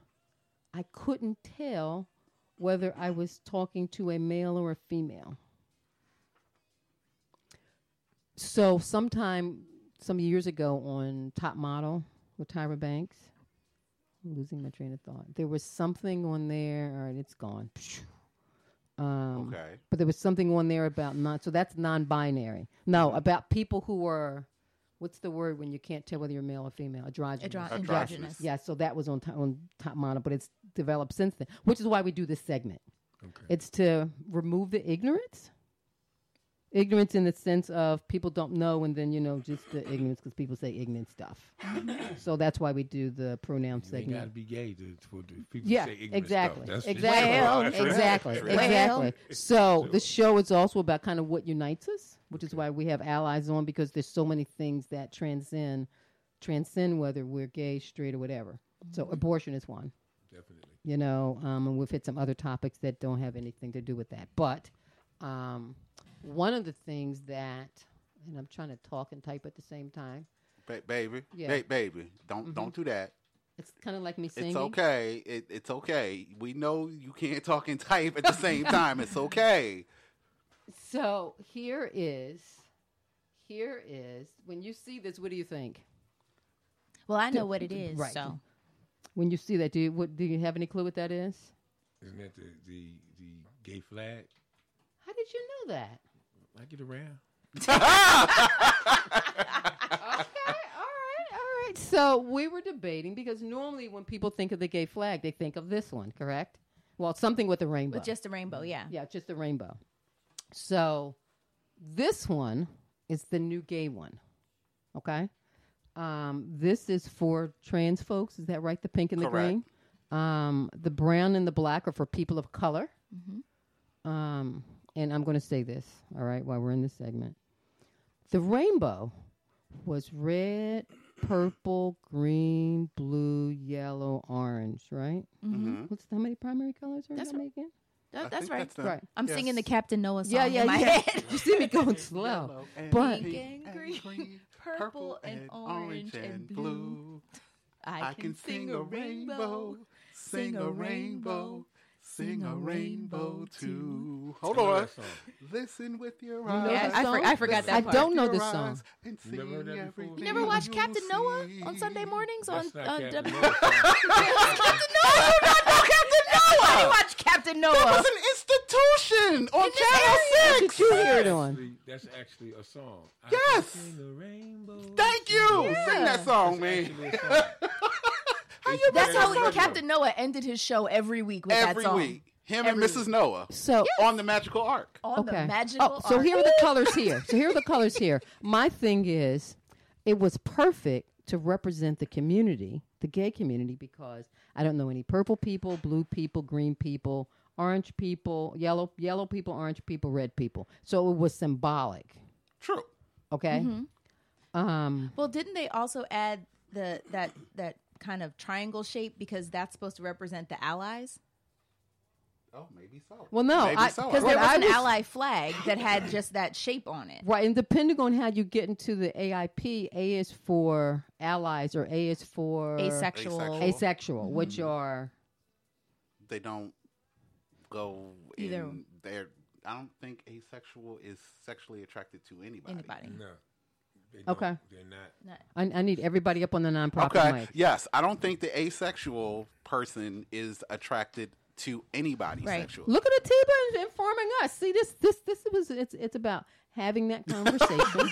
Speaker 2: I couldn't tell whether I was talking to a male or a female. So, sometime some years ago on Top Model with Tyra Banks, I'm losing my train of thought. There was something on there. All right, it's gone. Um,
Speaker 3: Okay.
Speaker 2: But there was something on there about non. So that's non-binary. No, about people who are. What's the word when you can't tell whether you're male or female? Androgynous.
Speaker 4: Andro-
Speaker 3: Androgynous.
Speaker 4: androgynous.
Speaker 2: Yeah, so that was on top, on top model, but it's developed since then, which is why we do this segment.
Speaker 5: Okay.
Speaker 2: It's to remove the ignorance, ignorance in the sense of people don't know, and then you know just the ignorance because people say ignorant stuff. so that's why we do the pronoun
Speaker 5: You ain't got to
Speaker 2: segment.
Speaker 5: be gay to, for the people
Speaker 2: Yeah,
Speaker 5: to say ignorant
Speaker 2: exactly,
Speaker 5: stuff. That's just-
Speaker 2: exactly,
Speaker 4: Well,
Speaker 5: That's right.
Speaker 2: exactly,
Speaker 5: That's right.
Speaker 2: exactly. So
Speaker 5: Sure.
Speaker 2: the show is also about kind of what unites us, which is why we have allies on because there's so many things that transcend, transcend whether we're gay, straight, or whatever. So
Speaker 5: Mm-hmm.
Speaker 2: abortion is one
Speaker 5: Definitely.
Speaker 2: you know, um, and we've hit some other topics that don't have anything to do with that. But um, one of the things that, and I'm trying to talk and type at the same time,
Speaker 3: Ba- baby,
Speaker 2: Yeah.
Speaker 3: Ba- baby, don't
Speaker 4: Mm-hmm.
Speaker 3: don't do that.
Speaker 2: it's kind of like me singing.
Speaker 3: It's okay. It, it's okay. We know you can't talk and type at the same time. It's okay.
Speaker 2: So here is, here is, when you see this, what do you think?
Speaker 4: Well, I know what it is.
Speaker 2: Right.
Speaker 4: So
Speaker 2: When you see that, do you, what, do you have any clue what that is?
Speaker 5: Isn't that the, the, the gay flag?
Speaker 2: How did you know that?
Speaker 5: I get around.
Speaker 2: Mm-hmm. okay, all right, all right. So we were debating because normally when people think of the gay flag, they think of this one, correct? Well, something with a rainbow.
Speaker 4: with just a rainbow, yeah.
Speaker 2: Yeah, just the rainbow. So this one is the new gay one. Okay. Um, this is for trans folks. Is that right? The pink and the
Speaker 3: Correct.
Speaker 2: green. Um, the brown and the black are for people of color. Um, and I'm going to say this, all right, while we're in this segment. The rainbow was red, purple, green, blue, yellow, orange, right?
Speaker 3: Mm-hmm.
Speaker 2: What's how many primary colors are in
Speaker 4: That's
Speaker 2: that making?
Speaker 4: That- that's right.
Speaker 2: Right.
Speaker 4: I'm singing the Captain Noah song
Speaker 2: Yeah, yeah,
Speaker 4: in my
Speaker 2: yeah.
Speaker 4: head.
Speaker 2: You see me going slow. But-
Speaker 4: Pink and green, purple and orange and blue.
Speaker 3: I can sing a rainbow, sing a rainbow, sing a rainbow too. Hold
Speaker 5: I know
Speaker 3: on.
Speaker 5: that song.
Speaker 3: Listen with your
Speaker 2: know
Speaker 3: eyes.
Speaker 2: that
Speaker 4: Yeah, I, for,
Speaker 2: song?
Speaker 4: I forgot
Speaker 2: I
Speaker 4: that part.
Speaker 2: don't know
Speaker 3: the
Speaker 2: this song.
Speaker 3: And
Speaker 5: You never heard
Speaker 3: sing
Speaker 5: that before? You
Speaker 4: You never
Speaker 3: everything
Speaker 4: watched
Speaker 3: you'll
Speaker 4: Captain Noah on
Speaker 3: see.
Speaker 4: Sunday mornings on
Speaker 5: That's not
Speaker 4: on
Speaker 5: Captain
Speaker 4: W-
Speaker 5: Noah.
Speaker 4: Captain Noah. Noah. You watch
Speaker 3: That
Speaker 4: Captain Noah.
Speaker 3: was an institution on Channel
Speaker 2: What
Speaker 3: Six.
Speaker 2: did you hear it on?
Speaker 5: Actually, That's actually a song. I
Speaker 3: Yes.
Speaker 5: can see the rainbow.
Speaker 3: Thank you. Sing that song,
Speaker 5: That's
Speaker 3: man.
Speaker 5: actually a song. It's
Speaker 3: you
Speaker 4: That's
Speaker 5: very
Speaker 4: how
Speaker 5: original.
Speaker 4: Captain Noah ended his show every week with
Speaker 3: Every
Speaker 4: that song.
Speaker 3: week, him
Speaker 4: Every
Speaker 3: and Mrs. Noah
Speaker 2: So
Speaker 3: on the Magical Ark.
Speaker 4: On the magical.
Speaker 2: Oh, so
Speaker 4: arc.
Speaker 2: here are the colors here. So here are the colors here. My thing is, it was perfect to represent the community, the gay community, because I don't know any purple people, blue people, green people, orange people, yellow yellow people, orange people, red people. So it was symbolic.
Speaker 3: True.
Speaker 2: Okay.
Speaker 4: Mm-hmm.
Speaker 2: Um,
Speaker 4: Well, didn't they also add the that that kind of triangle shape because that's supposed to represent the allies?
Speaker 3: Oh, maybe so.
Speaker 2: well, no,
Speaker 3: Maybe
Speaker 2: I-
Speaker 3: so.
Speaker 4: Because
Speaker 2: What
Speaker 4: there was
Speaker 2: I
Speaker 4: an
Speaker 2: was-
Speaker 4: ally flag that had just that shape on it.
Speaker 2: Right, and depending on how you get into the AIP, A is for allies or A is for
Speaker 4: Asexual. Mm.
Speaker 3: Asexual.
Speaker 2: asexual, which are
Speaker 3: they don't go
Speaker 4: Either.
Speaker 3: in their I don't think asexual is sexually attracted to anybody.
Speaker 4: Anybody.
Speaker 5: No. They don't.
Speaker 2: Okay.
Speaker 5: They're not.
Speaker 4: Not-
Speaker 2: I, I need everybody up on the nonprofit
Speaker 3: Okay.
Speaker 2: mic.
Speaker 3: Yes, I don't think the asexual person is attracted to anybody
Speaker 4: Right.
Speaker 3: sexually.
Speaker 2: Look at Atiba in- informing us. See this this this was it's it's about having that conversation.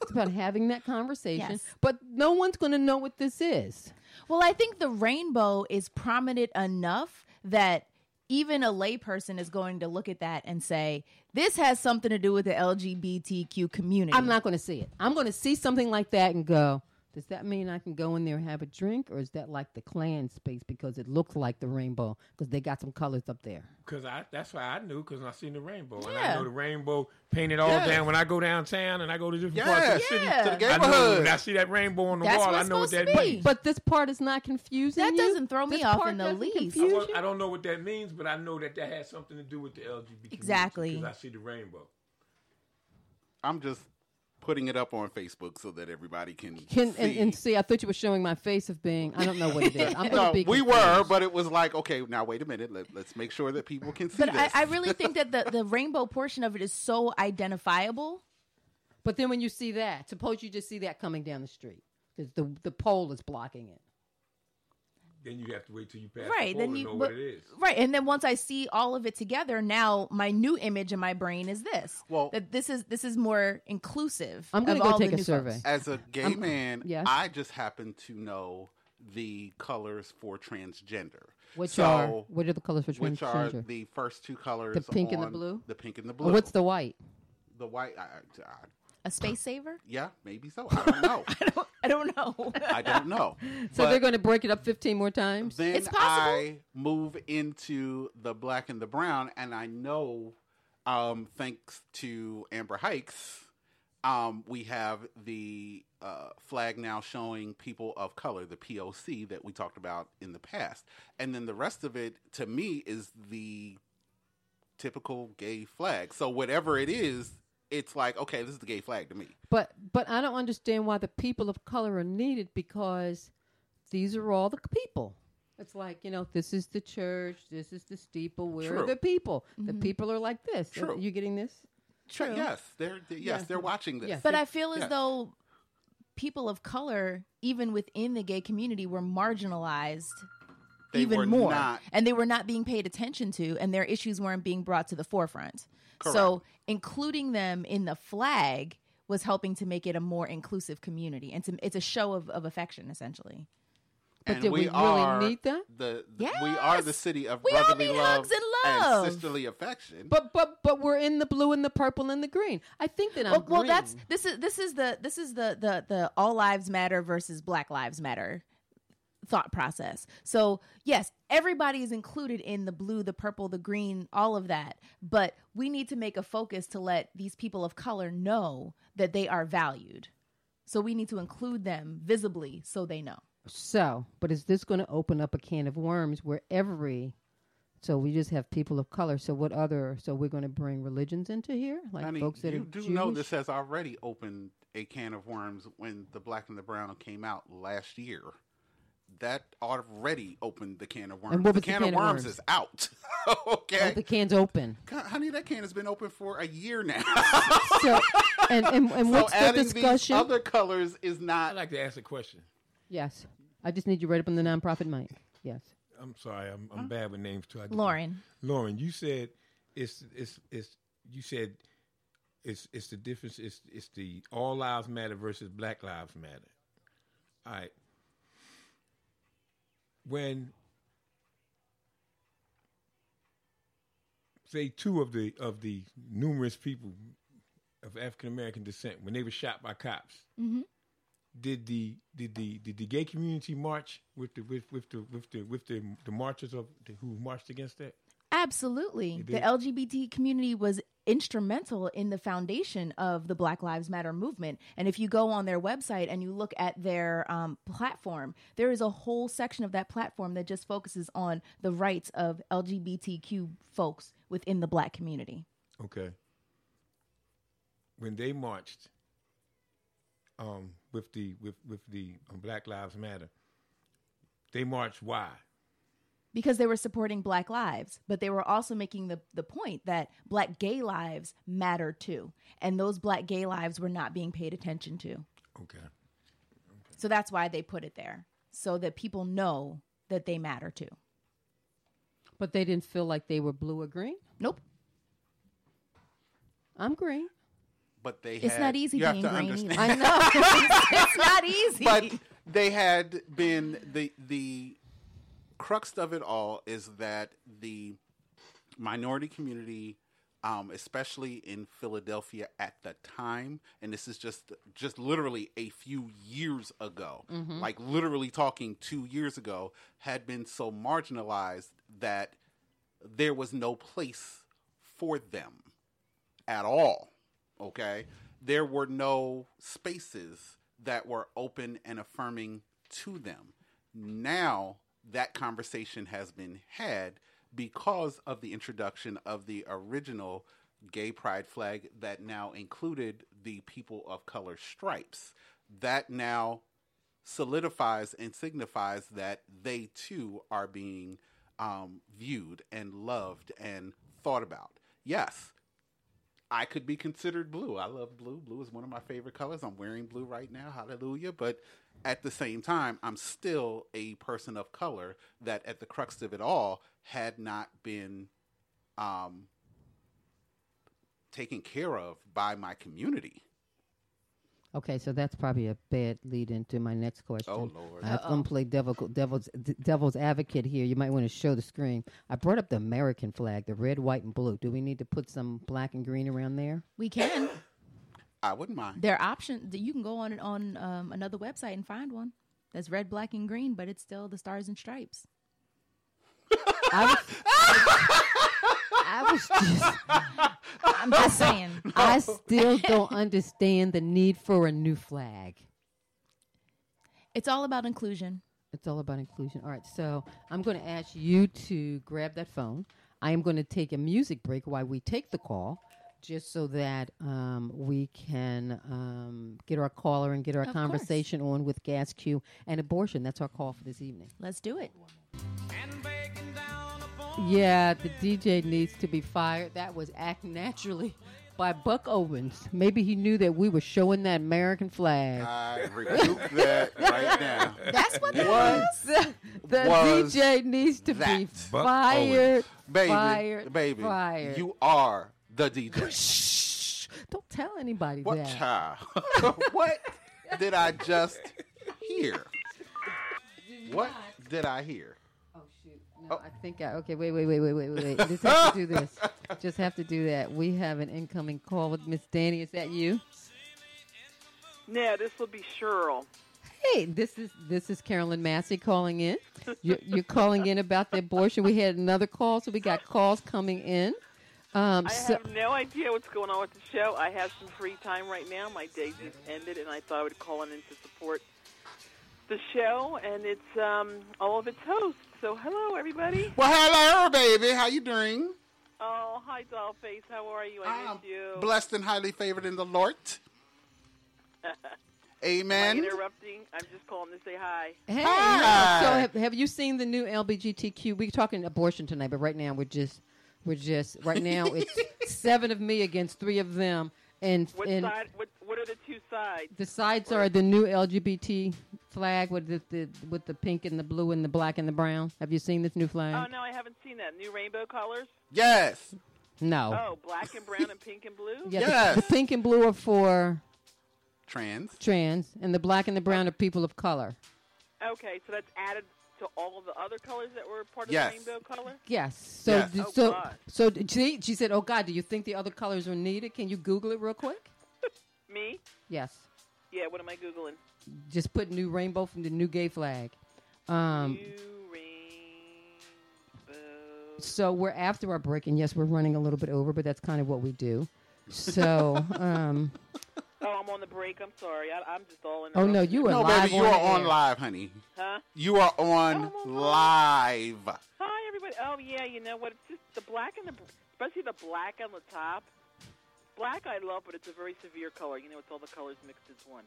Speaker 2: it's about having that conversation.
Speaker 4: Yes.
Speaker 2: But no one's going to know what this is.
Speaker 4: Well, I think the rainbow is prominent enough that even a layperson is going to look at that and say, "This has something to do with the LGBTQ community."
Speaker 2: I'm not going to see it. I'm going to see something like that and go. Does that mean I can go in there and have a drink, or is that like the Klan space because it looks like the rainbow because they got some colors up there?
Speaker 5: Cause I, that's why I knew, cause I seen the rainbow, and I
Speaker 4: Yeah.
Speaker 5: know the rainbow painted all
Speaker 3: Yes.
Speaker 5: down. When I go downtown and I go to different parts of the
Speaker 4: Yeah.
Speaker 5: city,
Speaker 3: To the
Speaker 5: I know
Speaker 3: neighborhood.
Speaker 5: when I see that rainbow on the
Speaker 4: That's
Speaker 5: wall,
Speaker 4: what
Speaker 5: I
Speaker 4: it's
Speaker 5: know what
Speaker 4: supposed
Speaker 5: that
Speaker 4: to be.
Speaker 5: means.
Speaker 2: But this part is not confusing.
Speaker 4: That
Speaker 2: you?
Speaker 4: doesn't throw me
Speaker 2: This
Speaker 4: off
Speaker 2: part
Speaker 4: in the
Speaker 2: doesn't
Speaker 4: least.
Speaker 2: confuse you?
Speaker 5: I, wa- I don't know what that means, but I know that that has something to do with the LGBT.
Speaker 4: Exactly.
Speaker 5: Because I see the rainbow.
Speaker 3: I'm just putting it up on Facebook so that everybody can,
Speaker 2: Can,
Speaker 3: see.
Speaker 2: and, and see, I thought you were showing my face of being. I don't know what it is. I'm gonna
Speaker 3: no,
Speaker 2: be
Speaker 3: we
Speaker 2: confused.
Speaker 3: were, but it was like, okay, now wait a minute. Let, let's make sure that people can see
Speaker 4: But I,
Speaker 3: this.
Speaker 4: I really think that the, the rainbow portion of it is so identifiable.
Speaker 2: But then when you see that, suppose you just see that coming down the street because the the pole is blocking it.
Speaker 5: Then you have to wait till you pass
Speaker 4: Right.
Speaker 5: the
Speaker 4: Then
Speaker 5: pole
Speaker 4: you
Speaker 5: to know
Speaker 4: but-
Speaker 5: what it is.
Speaker 4: Right. And then once I see all of it together, now my new image in my brain is this.
Speaker 3: Well-
Speaker 4: that this is this is more inclusive.
Speaker 2: I'm gonna
Speaker 4: of
Speaker 2: go
Speaker 4: all the
Speaker 2: take a
Speaker 4: new
Speaker 2: survey.
Speaker 4: folks.
Speaker 3: As a gay man,
Speaker 2: yes.
Speaker 3: I just happen to know the colors for transgender.
Speaker 2: Which
Speaker 3: So-
Speaker 2: are what are the colors for
Speaker 3: which are
Speaker 2: transgender?
Speaker 3: the first two colors
Speaker 2: The pink and the
Speaker 3: on-
Speaker 2: blue?
Speaker 3: the pink and the
Speaker 2: Or
Speaker 3: blue
Speaker 2: what's the white?
Speaker 3: the white I, I, I,
Speaker 4: A space saver?
Speaker 3: yeah maybe so i don't know
Speaker 4: I don't know.
Speaker 3: i don't know
Speaker 2: So
Speaker 3: But
Speaker 2: they're going to break it up 15 more times.
Speaker 3: then
Speaker 4: It's possible.
Speaker 3: i move into the black and the brown and i know um thanks to amber hikes um we have the uh, flag now showing people of color, the POC that we talked about in the past. And then the rest of it, to me, is the typical gay flag. So whatever it is, it's like, okay, this is the gay flag to me.
Speaker 2: But but I don't understand why the people of color are needed because these are all the people. It's like you know, this is the church, this is the steeple. Where are
Speaker 3: True.
Speaker 2: the people? The people are like this. Are
Speaker 3: True.
Speaker 2: you getting this?
Speaker 3: Sure. Yes, they're, they- yes, they're watching this.
Speaker 2: Yes.
Speaker 4: But I feel as
Speaker 3: Yeah.
Speaker 4: though people of color, even within the gay community, were marginalized
Speaker 3: They
Speaker 4: even
Speaker 3: were
Speaker 4: more.
Speaker 3: not-
Speaker 4: And they were not being paid attention to, and their issues weren't being brought to the forefront. So including them in the flag was helping to make it a more inclusive community. And to, it's a show of, of affection, essentially.
Speaker 2: But
Speaker 3: and
Speaker 2: did we really
Speaker 3: are
Speaker 2: need that?
Speaker 3: The, the- we are the
Speaker 4: Yes.
Speaker 3: city of
Speaker 4: We all
Speaker 3: brotherly
Speaker 4: need
Speaker 3: love,
Speaker 4: hugs and love.
Speaker 3: sisterly affection.
Speaker 2: But but but we're in the blue and the purple and the green. I think that I'm
Speaker 4: well, well
Speaker 2: green.
Speaker 4: that's this is this is the this is the the the all lives matter versus black lives matter thought process so yes everybody is included in the blue the purple the green all of that but we need to make a focus to let these people of color know that they are valued so we need to include them visibly so they know
Speaker 2: So, but is this going to open up a can of worms where every so we just have people of color. So what other so we're going to bring religions into here? Like
Speaker 3: Honey,
Speaker 2: folks that
Speaker 3: you
Speaker 2: are
Speaker 3: do know
Speaker 2: Jewish?
Speaker 3: this has already opened a can of worms when the black and the brown came out last year. That already opened the can of worms.
Speaker 2: what was
Speaker 3: the can, of, worms is out.
Speaker 2: Oh,
Speaker 3: okay.
Speaker 2: the can's open.
Speaker 3: God, Honey, that can has been open for a year now.
Speaker 2: So and and, and
Speaker 3: so
Speaker 2: what's the
Speaker 3: adding these
Speaker 2: discussion?
Speaker 3: other colors is
Speaker 5: I'd
Speaker 3: not
Speaker 5: like to ask a question.
Speaker 2: yes. I just need you right up on the nonprofit mic. Yes.
Speaker 5: I'm sorry, I'm, I'm bad with names too. I get-
Speaker 4: Lauren.
Speaker 5: Lauren, you said it's it's it's you said it's it's the difference. It's it's the all lives matter versus Black Lives Matter. All right. When say two of the of the numerous people of African American descent when they were shot by cops, did the did the did the gay community march with the with, with the with the with the the marchers of the, who marched against that?
Speaker 4: Absolutely. The
Speaker 5: did.
Speaker 4: LGBT community was instrumental in the foundation of the Black Lives Matter movement. And if you go on their website and you look at their um, platform, there is a whole section of that platform that just focuses on the rights of LGBTQ folks within the black community.
Speaker 5: Okay. When they marched um, with the with with the um, Black Lives Matter, they marched why?
Speaker 4: because they were supporting black lives but they were also making the, the point that black gay lives matter too and those black gay lives were not being paid attention to
Speaker 5: Okay.
Speaker 4: so that's why they put it there so that people know that they matter too
Speaker 2: But they didn't feel like they were blue or green.
Speaker 4: nope
Speaker 2: I'm green.
Speaker 3: But they
Speaker 4: it's
Speaker 3: had-
Speaker 4: not easy
Speaker 3: you have
Speaker 4: being
Speaker 3: to
Speaker 4: green
Speaker 3: understand-
Speaker 4: either. i know it's, it's not easy
Speaker 3: but they had been the the crux of it all is that the minority community um, especially in Philadelphia at the time, and this is just just literally a few years ago, like literally talking two years ago, had been so marginalized that there was no place for them at all. Okay. There were no spaces that were open and affirming to them. Now that conversation has been had because of the introduction of the original gay pride flag that now included the people of color stripes. That now solidifies and signifies that they too are being um, viewed and loved and thought about. Yes, I could be considered blue. I love blue. Blue is one of my favorite colors. I'm wearing blue right now. Hallelujah. But at the same time, I'm still a person of color that, at the crux of it all, had not been um, taken care of by my community.
Speaker 2: Okay, so that's probably a bad lead into my next question.
Speaker 3: Oh, Lord.
Speaker 2: I'm gonna play devil, devil's d- devil's advocate here. You might want to show the screen. I brought up the American flag, the red, white, and blue. Do we need to put some black and green around there?
Speaker 4: we can
Speaker 3: I wouldn't mind.
Speaker 4: their option you can go on on um, another website and find one that's red black and green but it's still the stars and stripes
Speaker 2: I was, I was just,
Speaker 4: i'm just saying
Speaker 2: I still don't understand the need for a new flag.
Speaker 4: it's all about inclusion
Speaker 2: It's all about inclusion. All right, so I'm going to ask you to grab that phone. I am going to take a music break while we take the call, just so that um, we can um, get our caller and get our
Speaker 4: Of course.
Speaker 2: conversation on with gas Q and abortion. That's our call for this evening.
Speaker 4: let's do it
Speaker 2: Yeah, the DJ needs to be fired. That was Act Naturally by Buck Owens. Maybe he knew that we were showing that American flag.
Speaker 3: I rebuke that right now.
Speaker 4: That's what that
Speaker 3: What?
Speaker 4: was.
Speaker 2: the
Speaker 3: was
Speaker 2: DJ needs to be
Speaker 3: that?
Speaker 5: Buck
Speaker 2: fired.
Speaker 5: Owens.
Speaker 3: Baby,
Speaker 2: fired,
Speaker 3: baby,
Speaker 2: fired.
Speaker 3: you are the DJ.
Speaker 2: Shh! Don't tell anybody
Speaker 3: What
Speaker 2: that.
Speaker 3: child? what did I just hear? What did I hear?
Speaker 2: Oh shoot! No, I think I. Okay, wait, wait, wait, wait, wait, wait. wait. Just have to do this. Just have to do that. We have an incoming call with Miss Danny. Is that you?
Speaker 6: Yeah, this will be Cheryl.
Speaker 2: Hey, this is this is Carolyn Massey calling in. You're, you're calling in about the abortion. We had another call, so we got calls coming in. Um,
Speaker 6: I
Speaker 2: so,
Speaker 6: have no idea what's going on with the show. I have some free time right now. My day just ended, and I thought I would call in to support the show and it's um, all of its hosts. So, hello, everybody.
Speaker 3: Well, hello, baby. How you doing?
Speaker 6: Oh, hi, Dollface. How are you? I miss you.
Speaker 3: blessed and highly favored in the Lord.
Speaker 6: Am I
Speaker 3: Amen.
Speaker 6: interrupting? I'm just calling to say hi.
Speaker 2: hey,
Speaker 3: Hi.
Speaker 2: so have, have you seen the new LBGTQ? We're talking abortion tonight, but right now we're just we're just right now it's seven of me against three of them, and
Speaker 6: What
Speaker 2: and
Speaker 6: side? What, what are the two sides?
Speaker 2: the sides are the new LGBT flag with the, the with the pink and the blue and the black and the brown? Have you seen this new flag?
Speaker 6: Oh no, I haven't seen that new rainbow colors.
Speaker 3: Yes.
Speaker 2: No.
Speaker 6: Oh, black and brown and pink and blue.
Speaker 2: Yeah, the- the
Speaker 3: Yes.
Speaker 2: pink and blue are for
Speaker 3: Trans.
Speaker 2: trans, and the black and the brown are people of color.
Speaker 6: Okay, so that's added to all of the other colors that were part of
Speaker 3: Yes.
Speaker 6: the rainbow color.
Speaker 2: Yes. So,
Speaker 3: Yes.
Speaker 2: d-
Speaker 6: Oh,
Speaker 2: so,
Speaker 6: God.
Speaker 2: so d- she, she said, "Oh God, do you think the other colors are needed? Can you Google it real quick?"
Speaker 6: Me?
Speaker 2: Yes.
Speaker 6: Yeah. What am I googling?
Speaker 2: Just put new rainbow from the new gay flag. Um,
Speaker 6: new rainbow.
Speaker 2: so we're after our break, and yes, we're running a little bit over, but that's kind of what we do. So, um,
Speaker 6: Oh, I'm on the break. I'm sorry. I, I'm just all in.
Speaker 2: oh no, you are
Speaker 3: No,
Speaker 2: live
Speaker 3: baby, you
Speaker 2: on
Speaker 3: are
Speaker 2: the
Speaker 3: on
Speaker 2: air.
Speaker 3: live, honey.
Speaker 6: Huh?
Speaker 3: You are on
Speaker 6: Oh,
Speaker 3: live.
Speaker 6: Hi, everybody. Oh yeah, you know what? It's just the black and the, especially the black on the top. Black I love, but it's a very severe color. You know, it's all the colors mixed into one.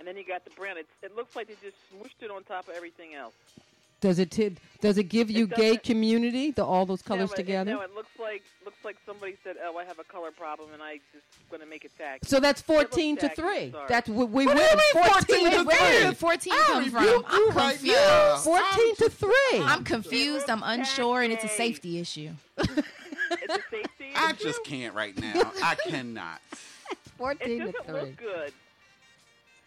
Speaker 6: And then you got the brown. It's, it looks like they just smooshed it on top of everything else.
Speaker 2: Does it t- does it give you gay
Speaker 6: doesn't-
Speaker 2: community? The all those colors
Speaker 6: no, it-
Speaker 2: together.
Speaker 6: No, it looks like looks like somebody said, "Oh, I have a color problem, and I just going to make it tacky."
Speaker 2: so that's fourteen to
Speaker 6: tacky,
Speaker 2: three.
Speaker 6: sorry.
Speaker 2: That's what we
Speaker 3: What do
Speaker 2: win.
Speaker 3: you mean 14
Speaker 2: to
Speaker 3: to
Speaker 4: Wait, where
Speaker 3: Confused.
Speaker 4: did 14 come from?
Speaker 3: You- you
Speaker 4: I'm
Speaker 3: right
Speaker 4: confused.
Speaker 3: now.
Speaker 2: Fourteen to three.
Speaker 4: I'm confused. I'm unsure, and it's a safety issue.
Speaker 6: It's a safety
Speaker 3: I
Speaker 6: issue.
Speaker 3: just can't right now. I cannot.
Speaker 6: It
Speaker 2: fourteen to
Speaker 6: doesn't
Speaker 2: three.
Speaker 6: look good.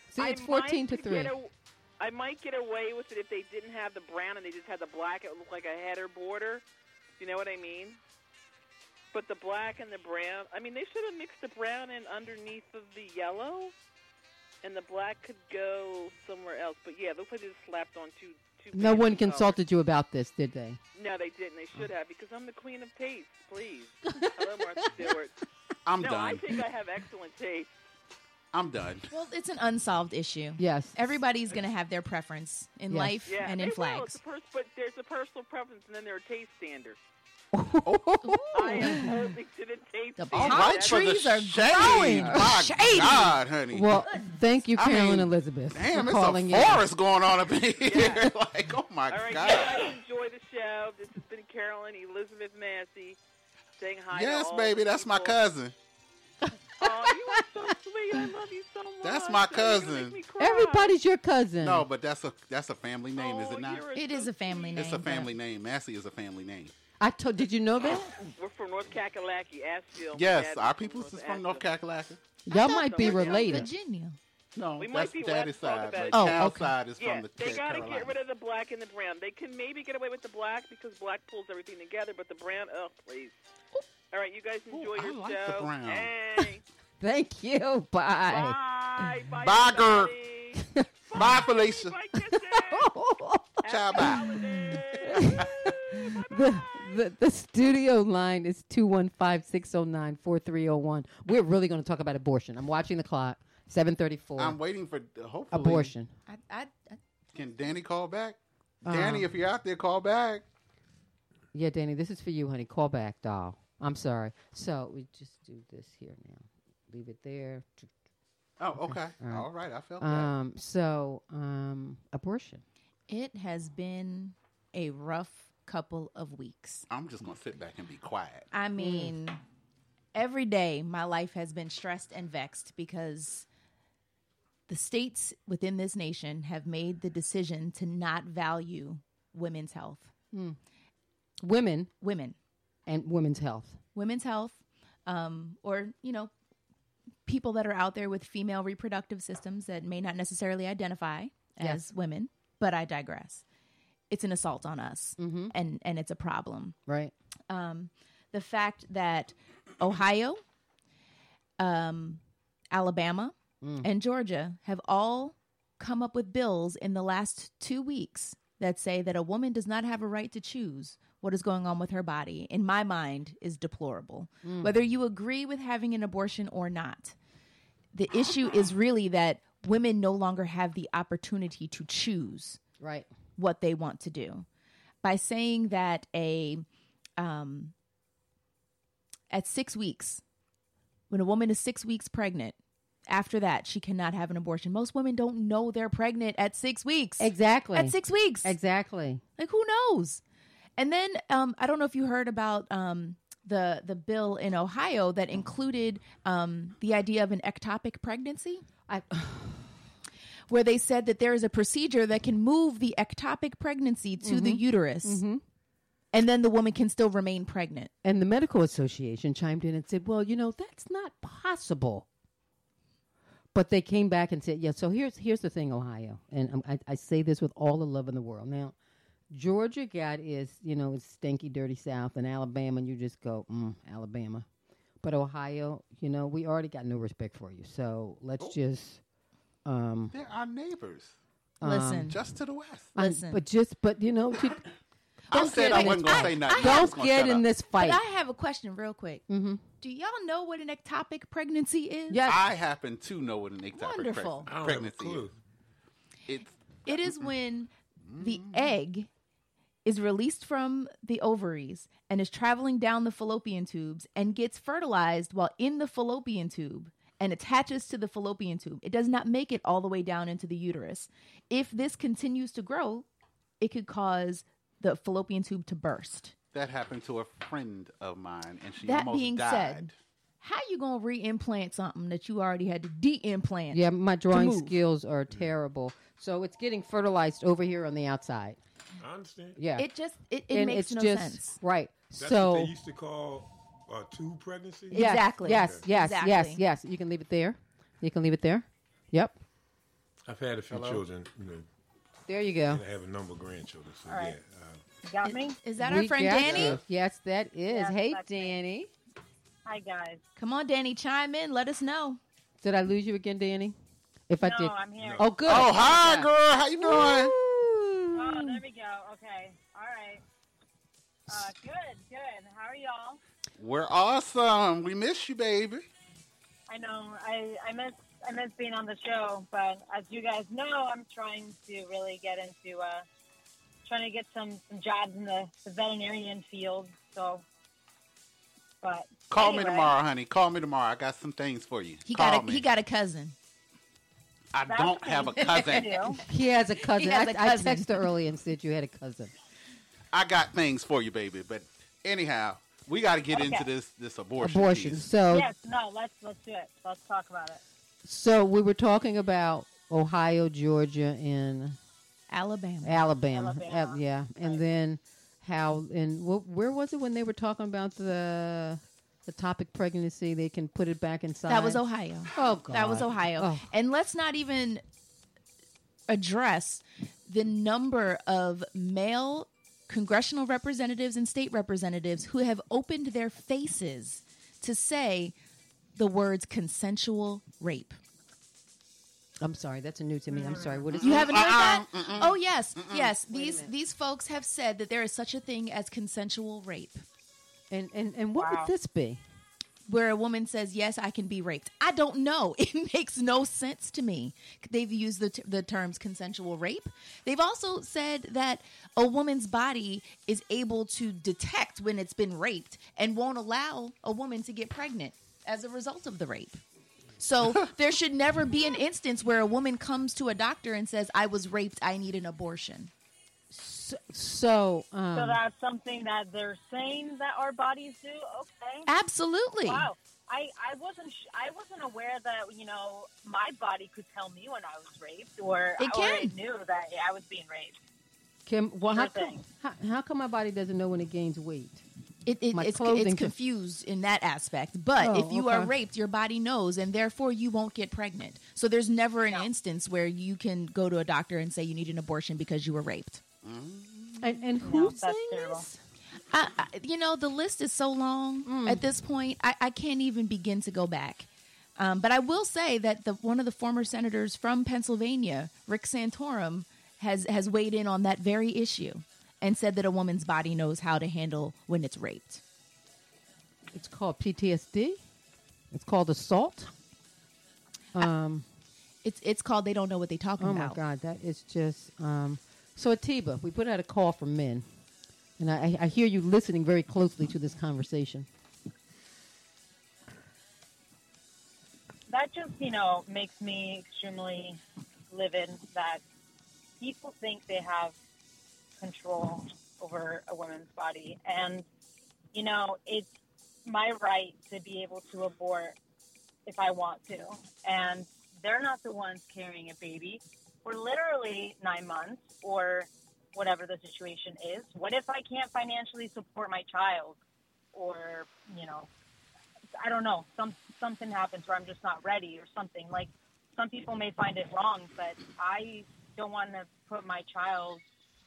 Speaker 2: See,
Speaker 6: I
Speaker 2: it's fourteen
Speaker 6: might
Speaker 2: to
Speaker 6: get
Speaker 2: three.
Speaker 6: a- I might get away with it if they didn't have the brown and they just had the black. It looked like a header border. You know what I mean? But the black and the brown. I mean, they should have mixed the brown in underneath of the yellow, and the black could go somewhere else. But yeah, it looks like they just slapped on two. two
Speaker 2: No
Speaker 6: bands
Speaker 2: one
Speaker 6: of color.
Speaker 2: consulted you about this, did they?
Speaker 6: No, they didn't. They should have because I'm the queen of taste. Please. Hello, Martha Stewart.
Speaker 3: I'm
Speaker 6: no, I
Speaker 3: done.
Speaker 6: think I have excellent taste.
Speaker 3: I'm done.
Speaker 4: Well, it's an unsolved issue.
Speaker 2: Yes.
Speaker 4: Everybody's going to have their preference in
Speaker 2: Yes.
Speaker 4: life
Speaker 6: Yeah,
Speaker 4: and
Speaker 6: they
Speaker 4: in
Speaker 6: will.
Speaker 4: flags.
Speaker 6: It's a pers- but there's a personal preference, and then there are taste standards. I
Speaker 2: well,
Speaker 6: am holding to the taste
Speaker 4: Oh, The
Speaker 6: standards.
Speaker 3: All
Speaker 4: palm
Speaker 3: right,
Speaker 6: That's-
Speaker 3: for the
Speaker 4: trees are
Speaker 3: shade.
Speaker 4: growing.
Speaker 3: My
Speaker 4: Shady.
Speaker 3: God, honey.
Speaker 2: thank you,
Speaker 3: I mean,
Speaker 2: Carolyn Elizabeth,
Speaker 3: Damn, it's
Speaker 2: for calling
Speaker 3: a forest going on up in here. like, oh my
Speaker 6: All right,
Speaker 3: God.
Speaker 6: guys, enjoy the show. This has been Carolyn Elizabeth Massey saying hi. to
Speaker 3: Yes,
Speaker 6: all
Speaker 3: baby,
Speaker 6: the
Speaker 3: that's my
Speaker 6: people.
Speaker 3: cousin.
Speaker 6: Oh, you are so sweet. I love you so much.
Speaker 3: That's my
Speaker 6: You're gonna
Speaker 3: cousin.
Speaker 6: make me
Speaker 2: in.
Speaker 6: cry.
Speaker 2: Everybody's your cousin.
Speaker 3: No, but that's a that's a family name,
Speaker 6: Oh,
Speaker 3: is it not?
Speaker 6: you're
Speaker 4: It
Speaker 6: so
Speaker 4: is a family
Speaker 6: sweet.
Speaker 4: name.
Speaker 3: It's a family name. Massey is a family name.
Speaker 2: I told. Did you know that?
Speaker 3: Oh,
Speaker 6: We're from North Kakalaki, Asheville.
Speaker 3: Yes,
Speaker 6: Dad's
Speaker 3: our people is
Speaker 6: Asheville.
Speaker 3: from North Kakalaka.
Speaker 2: Y'all might be
Speaker 6: so.
Speaker 2: related.
Speaker 4: Virginia.
Speaker 3: No,
Speaker 6: We
Speaker 3: that's
Speaker 6: might be
Speaker 3: daddy's
Speaker 6: left wrong
Speaker 3: side.
Speaker 6: about
Speaker 3: but
Speaker 6: it.
Speaker 2: Oh,
Speaker 3: Cal's
Speaker 2: okay.
Speaker 3: side is
Speaker 6: Yeah,
Speaker 3: from the
Speaker 6: they
Speaker 3: Ca-
Speaker 6: got to
Speaker 3: Carolina.
Speaker 6: get rid of the black and the brown. They can maybe get away with the black because black pulls everything together, but the brown, oh, please. All right, you guys enjoy
Speaker 3: Ooh, I
Speaker 6: your
Speaker 3: like the
Speaker 6: show.
Speaker 3: brown.
Speaker 6: Hey,
Speaker 2: Thank you. Bye.
Speaker 6: bye. Bye,
Speaker 3: Bye, girl.
Speaker 6: everybody.
Speaker 3: Bye, Felicia.
Speaker 6: Bye, kisses.
Speaker 3: Ciao, bye.
Speaker 2: the, the, the studio line is 215-609-4301. We're really going to talk about abortion. I'm watching the clock. 734.
Speaker 3: I'm waiting for hopefully.
Speaker 2: abortion.
Speaker 4: I, I, I,
Speaker 3: Can Danny call back? Danny,
Speaker 2: Um.
Speaker 3: if you're out there, call back.
Speaker 2: Yeah, Danny, this is for you, honey. Call back, doll. I'm sorry. So we just do this here now. Leave it there.
Speaker 3: Oh, okay.
Speaker 2: Uh,
Speaker 3: All right, I felt that.
Speaker 2: Um, so um, abortion.
Speaker 4: it has been a rough couple of weeks.
Speaker 3: I'm just gonna sit back and be quiet.
Speaker 4: I mean, every day my life has been stressed and vexed because the states within this nation have made the decision to not value women's health.
Speaker 2: Women
Speaker 4: Women.
Speaker 2: and women's health.
Speaker 4: women's health um, or you know people that are out there with female reproductive systems that may not necessarily identify as women but i digress it's an assault on us and and it's a problem
Speaker 2: Right?
Speaker 4: um, the fact that ohio um, alabama and georgia have all come up with bills in the last two weeks that say that a woman does not have a right to choose what is going on with her body, in my mind, is deplorable. Whether you agree with having an abortion or not, the issue is really that women no longer have the opportunity to choose
Speaker 2: Right.
Speaker 4: what they want to do. By saying that a um, at six weeks, when a woman is six weeks pregnant, after that she cannot have an abortion. Most women don't know they're pregnant at six weeks.
Speaker 2: Exactly.
Speaker 4: At six weeks.
Speaker 2: Exactly.
Speaker 4: Like who knows? And then um, I don't know if you heard about um, the the bill in Ohio that included um, the idea of an ectopic pregnancy
Speaker 2: I,
Speaker 4: where they said that there is a procedure that can move the ectopic pregnancy to the uterus. And then the woman can still remain pregnant.
Speaker 2: And the medical association chimed in and said, "Well, you know, that's not possible." But they came back and said, "Yeah." So here's here's the thing, Ohio, and um, I, I say this with all the love in the world. Now, Georgia got is you know it's stinky, dirty South, and Alabama, you just go, mm, Alabama. But Ohio, you know, we already got no respect for you, so
Speaker 3: Oh.
Speaker 2: let's just. Um,
Speaker 3: They're our neighbors,
Speaker 4: Listen,
Speaker 3: just to the west.
Speaker 2: I-
Speaker 4: Listen.
Speaker 2: but just but you know, to-
Speaker 3: I said I wasn't gonna say nothing. I was
Speaker 2: don't
Speaker 3: gonna
Speaker 2: get
Speaker 3: shut
Speaker 2: in
Speaker 3: up.
Speaker 2: this
Speaker 4: but
Speaker 2: fight.
Speaker 4: I have a question real quick.
Speaker 2: Mhm.
Speaker 4: Do y'all know what an ectopic pregnancy is?
Speaker 2: Yes.
Speaker 3: I happen to know what an ectopic
Speaker 4: Wonderful.
Speaker 3: preg-
Speaker 5: I don't have a
Speaker 3: pregnancy
Speaker 5: clue.
Speaker 3: is. It's
Speaker 4: It is when the egg is released from the ovaries and is traveling down the fallopian tubes and gets fertilized while in the fallopian tube and attaches to the fallopian tube. It does not make it all the way down into the uterus. If this continues to grow, it could cause the fallopian tube to burst.
Speaker 3: that happened to a friend of mine, and she
Speaker 4: That
Speaker 3: almost
Speaker 4: being
Speaker 3: died.
Speaker 4: said, how you going to re-implant something that you already had to de-implant?
Speaker 2: Yeah, my drawing
Speaker 4: move.
Speaker 2: skills are terrible. So it's getting fertilized over here on the outside.
Speaker 5: I understand.
Speaker 2: Yeah.
Speaker 4: It just it, it
Speaker 2: and
Speaker 4: makes
Speaker 2: it's
Speaker 4: no
Speaker 2: just
Speaker 4: sense.
Speaker 2: right.
Speaker 5: That's what
Speaker 2: so
Speaker 5: they used to call uh, tube pregnancy.
Speaker 2: yes,
Speaker 4: Exactly.
Speaker 2: Yes, yes, yes,
Speaker 4: Exactly.
Speaker 2: yes. You can leave it there. You can leave it there. Yep.
Speaker 5: I've had a few children, you know,
Speaker 2: There you go.
Speaker 4: Oh.
Speaker 5: and I have a number of grandchildren. So yeah, uh,
Speaker 7: Got me?
Speaker 4: Is that our
Speaker 2: We
Speaker 4: friend
Speaker 2: got
Speaker 4: Danny?
Speaker 2: you. Yes, that is.
Speaker 7: Yes,
Speaker 2: hey,
Speaker 7: that's me.
Speaker 2: Danny.
Speaker 7: Hi, guys.
Speaker 4: Come on, Danny, chime in. Let us know.
Speaker 2: Did I lose you again, Danny? If I
Speaker 7: No,
Speaker 2: did,
Speaker 7: I'm here.
Speaker 2: oh good.
Speaker 3: Oh, hi, girl. How you doing?
Speaker 7: Oh, there we go. Okay. All right. Uh, good, good. How are y'all?
Speaker 3: We're awesome. We miss you, baby.
Speaker 7: I know. I, I miss I miss being on the show, but as you guys know, I'm trying to really get into uh, trying to get some, some jobs in the, the veterinarian field. So, but
Speaker 3: Call me
Speaker 7: anyway,
Speaker 3: tomorrow, honey. Call me tomorrow. I got some things for you.
Speaker 4: He
Speaker 3: Call
Speaker 4: got a
Speaker 3: me.
Speaker 4: he got a cousin.
Speaker 3: I
Speaker 7: That's
Speaker 3: don't have a
Speaker 7: I
Speaker 3: cousin.
Speaker 7: do.
Speaker 2: He has a cousin.
Speaker 4: has
Speaker 2: I-
Speaker 4: a
Speaker 2: I
Speaker 4: cousin.
Speaker 2: texted early and said you had a cousin.
Speaker 3: I got things for you, baby. But anyhow, we got to get into
Speaker 7: Okay.
Speaker 3: this this abortion.
Speaker 2: Abortion.
Speaker 3: piece.
Speaker 2: So
Speaker 7: Yes. No. Let's let's do it. Let's talk about it.
Speaker 2: So we were talking about Ohio, Georgia, and
Speaker 4: Alabama.
Speaker 2: Alabama.
Speaker 7: Alabama,
Speaker 2: Al- yeah, and
Speaker 7: right.
Speaker 2: then how and wh- where was it when they were talking about the the topic pregnancy? They can put it back inside.
Speaker 4: That was Ohio.
Speaker 2: Oh, God.
Speaker 4: That was Ohio.
Speaker 2: Oh.
Speaker 4: And let's not even address the number of male congressional representatives and state representatives who have opened their faces to say the words consensual rape.
Speaker 2: I'm sorry, that's new to me. I'm sorry. What is
Speaker 4: You
Speaker 2: that?
Speaker 4: haven't
Speaker 3: Uh-uh.
Speaker 4: heard that? Oh yes, yes. These these folks have said that there is such a thing as consensual rape,
Speaker 2: And and and what
Speaker 7: Wow.
Speaker 2: would this be?
Speaker 4: where a woman says, "Yes, I can be raped." I don't know. It makes no sense to me. They've used the t- the terms consensual rape. They've also said that a woman's body is able to detect when it's been raped and won't allow a woman to get pregnant as a result of the rape. So there should never be an instance where a woman comes to a doctor and says, "I was raped. I need an abortion."
Speaker 2: So, so, um,
Speaker 7: So that's something that they're saying that our bodies do. Okay.
Speaker 4: Absolutely.
Speaker 7: Wow. I, I wasn't sh- I wasn't aware that you know my body could tell me when I was raped or
Speaker 4: It
Speaker 7: or it
Speaker 4: can.
Speaker 7: knew that I was being raped.
Speaker 2: Kim, well, how,
Speaker 7: Sure
Speaker 2: come,
Speaker 7: thing.
Speaker 2: how, how come my body doesn't know when it gains weight?
Speaker 4: It, it,
Speaker 2: My
Speaker 4: it's,
Speaker 2: clothing
Speaker 4: it's
Speaker 2: can-
Speaker 4: confused in that aspect. But
Speaker 2: Oh,
Speaker 4: if you are
Speaker 2: okay.
Speaker 4: raped, your body knows, and therefore you won't get pregnant. So there's never an instance where you can go to a doctor and say you need an abortion because you were raped.
Speaker 2: And and
Speaker 7: No,
Speaker 2: who's
Speaker 7: that's
Speaker 2: saying
Speaker 7: terrible.
Speaker 2: this?
Speaker 4: I, I, you know, the list is so long
Speaker 2: Mm.
Speaker 4: at this point, I, I can't even begin to go back. Um, but I will say that the, one of the former senators from Pennsylvania, Rick Santorum, has, has weighed in on that very issue and said that a woman's body knows how to handle when it's raped.
Speaker 2: It's called PTSD. It's called assault. Um.
Speaker 4: It's it's called they don't know what they talking
Speaker 2: Oh my
Speaker 4: about.
Speaker 2: God, that is just um, so. Atiba, we put out a call for men, and I, I hear you listening very closely to this conversation.
Speaker 7: That just you know makes me extremely livid that people think they have control over a woman's body, and you know it's my right to be able to abort if I want to, and They're not the ones carrying a baby for literally nine months or whatever the situation is. What if I can't financially support my child? Or, you know, I don't know, some something happens where I'm just not ready or something. Like some people may find it wrong, but I don't want to put my child,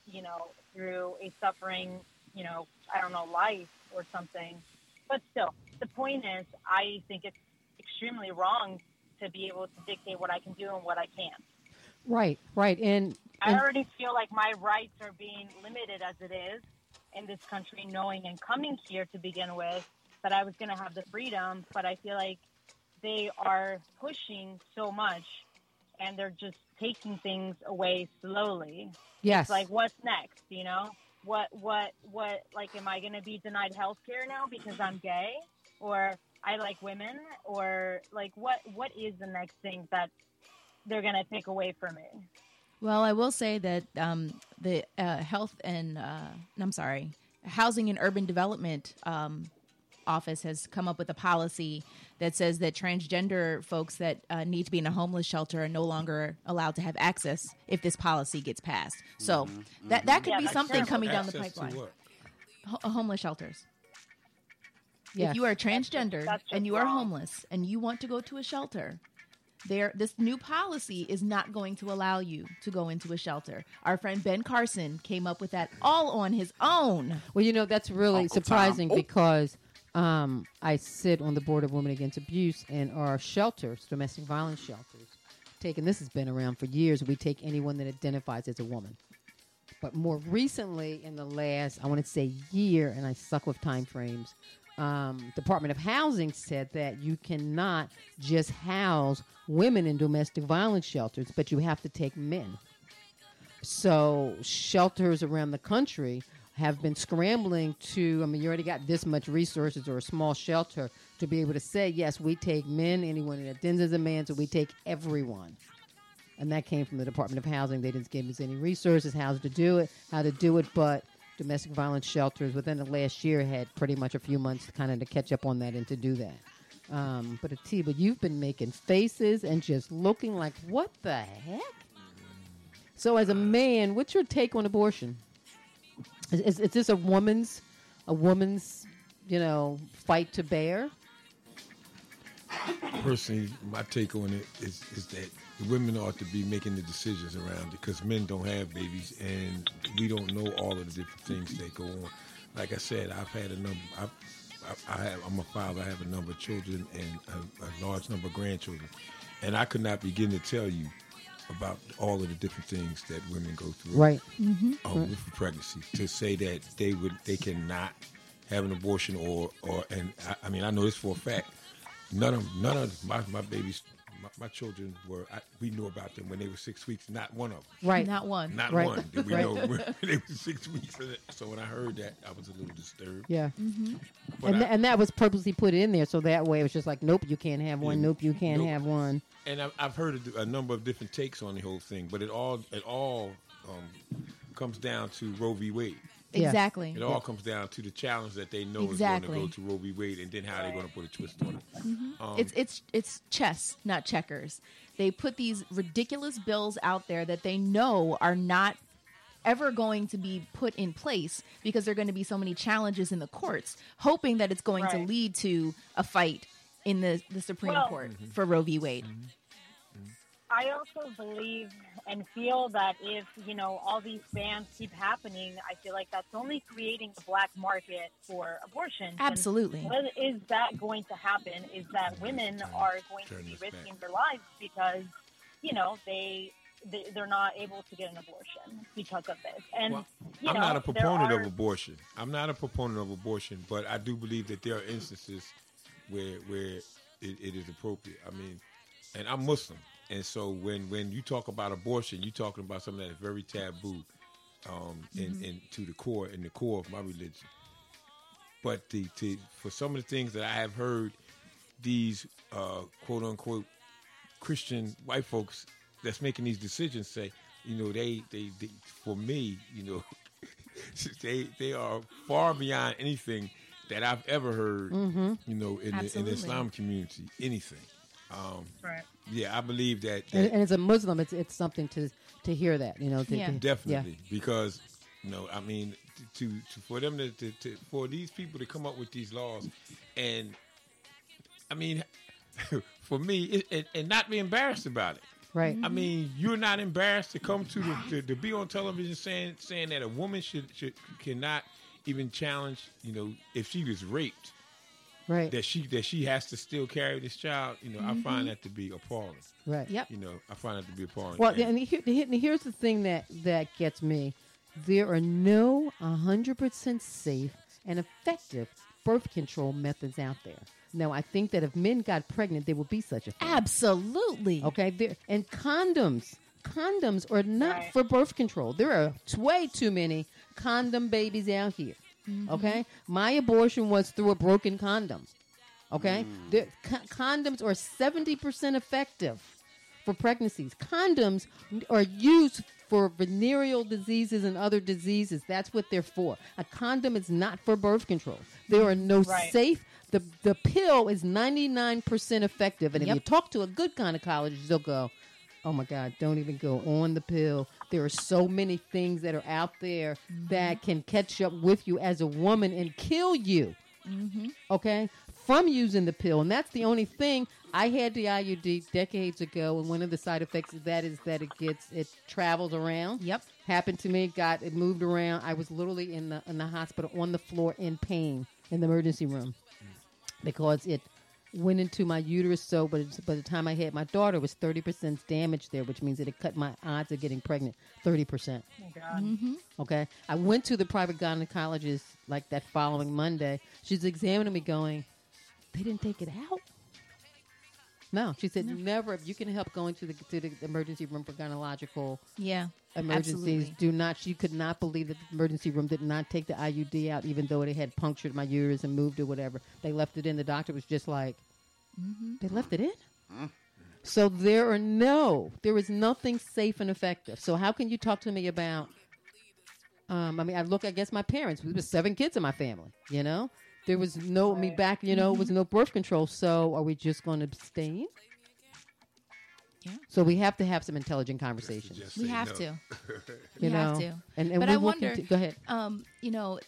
Speaker 7: you know, through a suffering, you know, I don't know, life or something. But still, the point is, I think it's extremely wrong to be able to dictate what I can do and what I can't.
Speaker 2: Right, right. And,
Speaker 7: I
Speaker 2: and
Speaker 7: already feel like my rights are being limited as it is in this country, knowing and coming here to begin with that I was going to have the freedom, but I feel like they are pushing so much and they're just taking things away slowly.
Speaker 2: yes.
Speaker 7: It's like what's next, you know? What what what like am I going to be denied health care now because I'm gay or I like women or like what what is the next thing that they're going to take away from me?
Speaker 4: Well, I will say that um, the uh, health and uh, I'm sorry, housing and urban development um, office has come up with a policy that says that transgender folks that uh, need to be in a homeless shelter are no longer allowed to have access if this policy gets passed. So that that could
Speaker 7: Mm-hmm. Yeah,
Speaker 4: be
Speaker 7: that's
Speaker 4: something
Speaker 7: terrible.
Speaker 4: coming down the
Speaker 5: Access to
Speaker 4: pipeline.
Speaker 5: what?
Speaker 4: Ho- homeless shelters.
Speaker 2: yes.
Speaker 4: If you are transgender
Speaker 7: That's just
Speaker 4: and you are
Speaker 7: wrong.
Speaker 4: homeless and you want to go to a shelter, there this new policy is not going to allow you to go into a shelter. Our friend Ben Carson came up with that all on his own.
Speaker 2: Well, you know, that's really
Speaker 3: Uncle Tom.
Speaker 2: surprising
Speaker 3: Oh.
Speaker 2: because um, I sit on the board of Women Against Abuse and our shelters, domestic violence shelters, taking this has been around for years. We take anyone that identifies as a woman. But more recently, in the last, I want to say year, and I suck with time frames, um, Department of Housing said that you cannot just house women in domestic violence shelters, but you have to take men. So shelters around the country have been scrambling to. I mean, you already got this much resources or a small shelter to be able to say, yes, we take men, anyone that attends as a man, so we take everyone. And that came from the Department of Housing. They didn't give us any resources how to do it, how to do it, but domestic violence shelters within the last year had pretty much a few months kind of to catch up on that and to do that. Um, but Atiba, you've been making faces and just looking like, what the heck? So, as a man, what's your take on abortion? Is, is, is this a woman's, a woman's, you know, fight to bear?
Speaker 5: Personally, my take on it is, is that the women ought to be making the decisions around it because men don't have babies and we don't know all of the different things that go on. Like I said, I've had a number. I've, I, I have, I'm a father. I have a number of children and a, a large number of grandchildren, and I could not begin to tell you about all of the different things that women go through um, for pregnancy to say that they would they cannot have an abortion or or and I, I mean I know this for a fact. None of none of my my babies, my, my children were I, we knew about them when they were six weeks. Not one of them.
Speaker 2: Right.
Speaker 4: Not one.
Speaker 5: Not
Speaker 2: Right.
Speaker 5: one did we
Speaker 2: Right.
Speaker 5: know when they were six weeks. So when I heard that, I was a little disturbed.
Speaker 2: Yeah.
Speaker 4: Mm-hmm.
Speaker 5: But
Speaker 2: And,
Speaker 5: I-
Speaker 2: tha- and that was purposely put in there. So that way it was just like, nope, you can't have one.
Speaker 5: Yeah.
Speaker 2: Nope, you can't
Speaker 5: Nope.
Speaker 2: have one.
Speaker 5: and I've, I've heard a, a number of different takes on the whole thing, but it all it all um, comes down to Roe v. Wade.
Speaker 2: Yes.
Speaker 4: Exactly.
Speaker 5: It all comes down to the challenge that they know is
Speaker 4: Exactly.
Speaker 5: going to go to Roe v. Wade, and then how they're going to put a twist on it.
Speaker 7: Mm-hmm.
Speaker 5: Um,
Speaker 4: It's it's it's chess, not checkers. They put these ridiculous bills out there that they know are not ever going to be put in place because there are going to be so many challenges in the courts, hoping that it's going to
Speaker 7: Right.
Speaker 4: lead to a fight in the, the Supreme
Speaker 7: Well- mm-hmm.
Speaker 4: Court for Roe v. Wade.
Speaker 7: I also believe and feel that if, you know, all these bans keep happening, I feel like that's only creating the black market for abortion.
Speaker 4: Absolutely.
Speaker 7: And what is that going to happen is that women are going to
Speaker 5: Turn
Speaker 7: be
Speaker 5: this back.
Speaker 7: risking their lives because, you know, they, they they're not able to get an abortion because of this. And
Speaker 5: Well,
Speaker 7: you
Speaker 5: I'm
Speaker 7: know,
Speaker 5: not a
Speaker 7: there
Speaker 5: proponent
Speaker 7: are-
Speaker 5: of abortion. I'm not a proponent of abortion, but I do believe that there are instances where where it, it is appropriate. I mean, and I'm Muslim, and so when when you talk about abortion, you're talking about something that is very taboo, um, and and to the core in the core of my religion. But the, to, for some of the things that I have heard, these uh, quote unquote Christian white folks that's making these decisions say, you know, they they, they for me, you know, they they are far beyond anything that I've ever heard, you know, in the, in the
Speaker 4: Absolutely.
Speaker 5: Islam community, anything. Um,
Speaker 7: Right.
Speaker 5: yeah, I believe that,
Speaker 2: And,
Speaker 5: that
Speaker 2: and as a Muslim, it's it's something to to hear that, you know. To,
Speaker 4: Yeah.
Speaker 2: to-
Speaker 5: definitely because no, I mean to, to for them to, to, to for these people to come up with these laws, and I mean for me it, and, and not be embarrassed about it.
Speaker 2: Right.
Speaker 4: Mm-hmm.
Speaker 5: I mean, you're not embarrassed to come to the, to, to be on television saying saying that a woman should, should cannot even challenge, you know, if she was raped
Speaker 4: Mm-hmm.
Speaker 2: Right.
Speaker 5: that she that she has to still carry this child. You know, I
Speaker 4: Mm-hmm.
Speaker 5: find that to be appalling.
Speaker 2: Right.
Speaker 4: Yep.
Speaker 5: You know, I find that to be appalling.
Speaker 2: Well,
Speaker 5: And-
Speaker 2: and here, the- and here's the thing that that gets me: there are no 100% safe and effective birth control methods out there. Now, I think that if men got pregnant, there would be such a thing.
Speaker 4: Absolutely.
Speaker 2: Okay, there, and condoms. Condoms are not
Speaker 7: Right.
Speaker 2: for birth control. There are t- way too many condom babies out here. Okay, my abortion was through a broken condom. Okay, There- co- condoms are seventy percent effective for pregnancies. Condoms are used for venereal diseases and other diseases. That's what they're for. A condom is not for birth control. There are no
Speaker 7: Right.
Speaker 2: safe. The the pill is ninety nine percent effective, and if you talk to a good gynecologist, they'll go, "Oh my God, don't even go on the pill." There are so many things that are out there that can catch up with you as a woman and kill you okay, from using the pill. And that's the only thing. I had the IUD decades ago, and one of the side effects of that is that it gets it travels around.
Speaker 4: Yep.
Speaker 2: happened to me. Got it moved around. I was literally in the in the hospital on the floor in pain in the emergency room because it went into my uterus. So, but it's- by the time I had my daughter, it was thirty percent damage there, which means that it cut my odds of getting pregnant thirty percent.
Speaker 7: Oh, my God.
Speaker 2: Okay. I went to the private gynecologist like that following Monday. She's examining me going, they didn't take it out. No, she said never. If you can help going to the to the emergency room for gynecological
Speaker 4: Yeah.
Speaker 2: emergencies,
Speaker 4: Absolutely.
Speaker 2: do not. She could not believe that the emergency room did not take the IUD out, even though it had punctured my uterus and moved or whatever. They left it in. The doctor was just like,
Speaker 4: Mm-hmm.
Speaker 2: they left it in. So there are no, there is nothing safe and effective. So how can you talk to me about? Um, I mean, I look. I guess my parents. There was seven kids in my family. You know, there was no me back. You know, was no birth control. So are we just going to abstain?
Speaker 4: Yeah.
Speaker 2: So we have to have some intelligent conversations.
Speaker 5: just
Speaker 4: We
Speaker 5: say
Speaker 4: have
Speaker 5: no.
Speaker 4: to.
Speaker 2: you
Speaker 4: we
Speaker 2: know,
Speaker 4: have to.
Speaker 2: and and
Speaker 4: But
Speaker 2: we
Speaker 4: I
Speaker 2: will
Speaker 4: wonder-
Speaker 2: conti- go ahead.
Speaker 4: um, you know,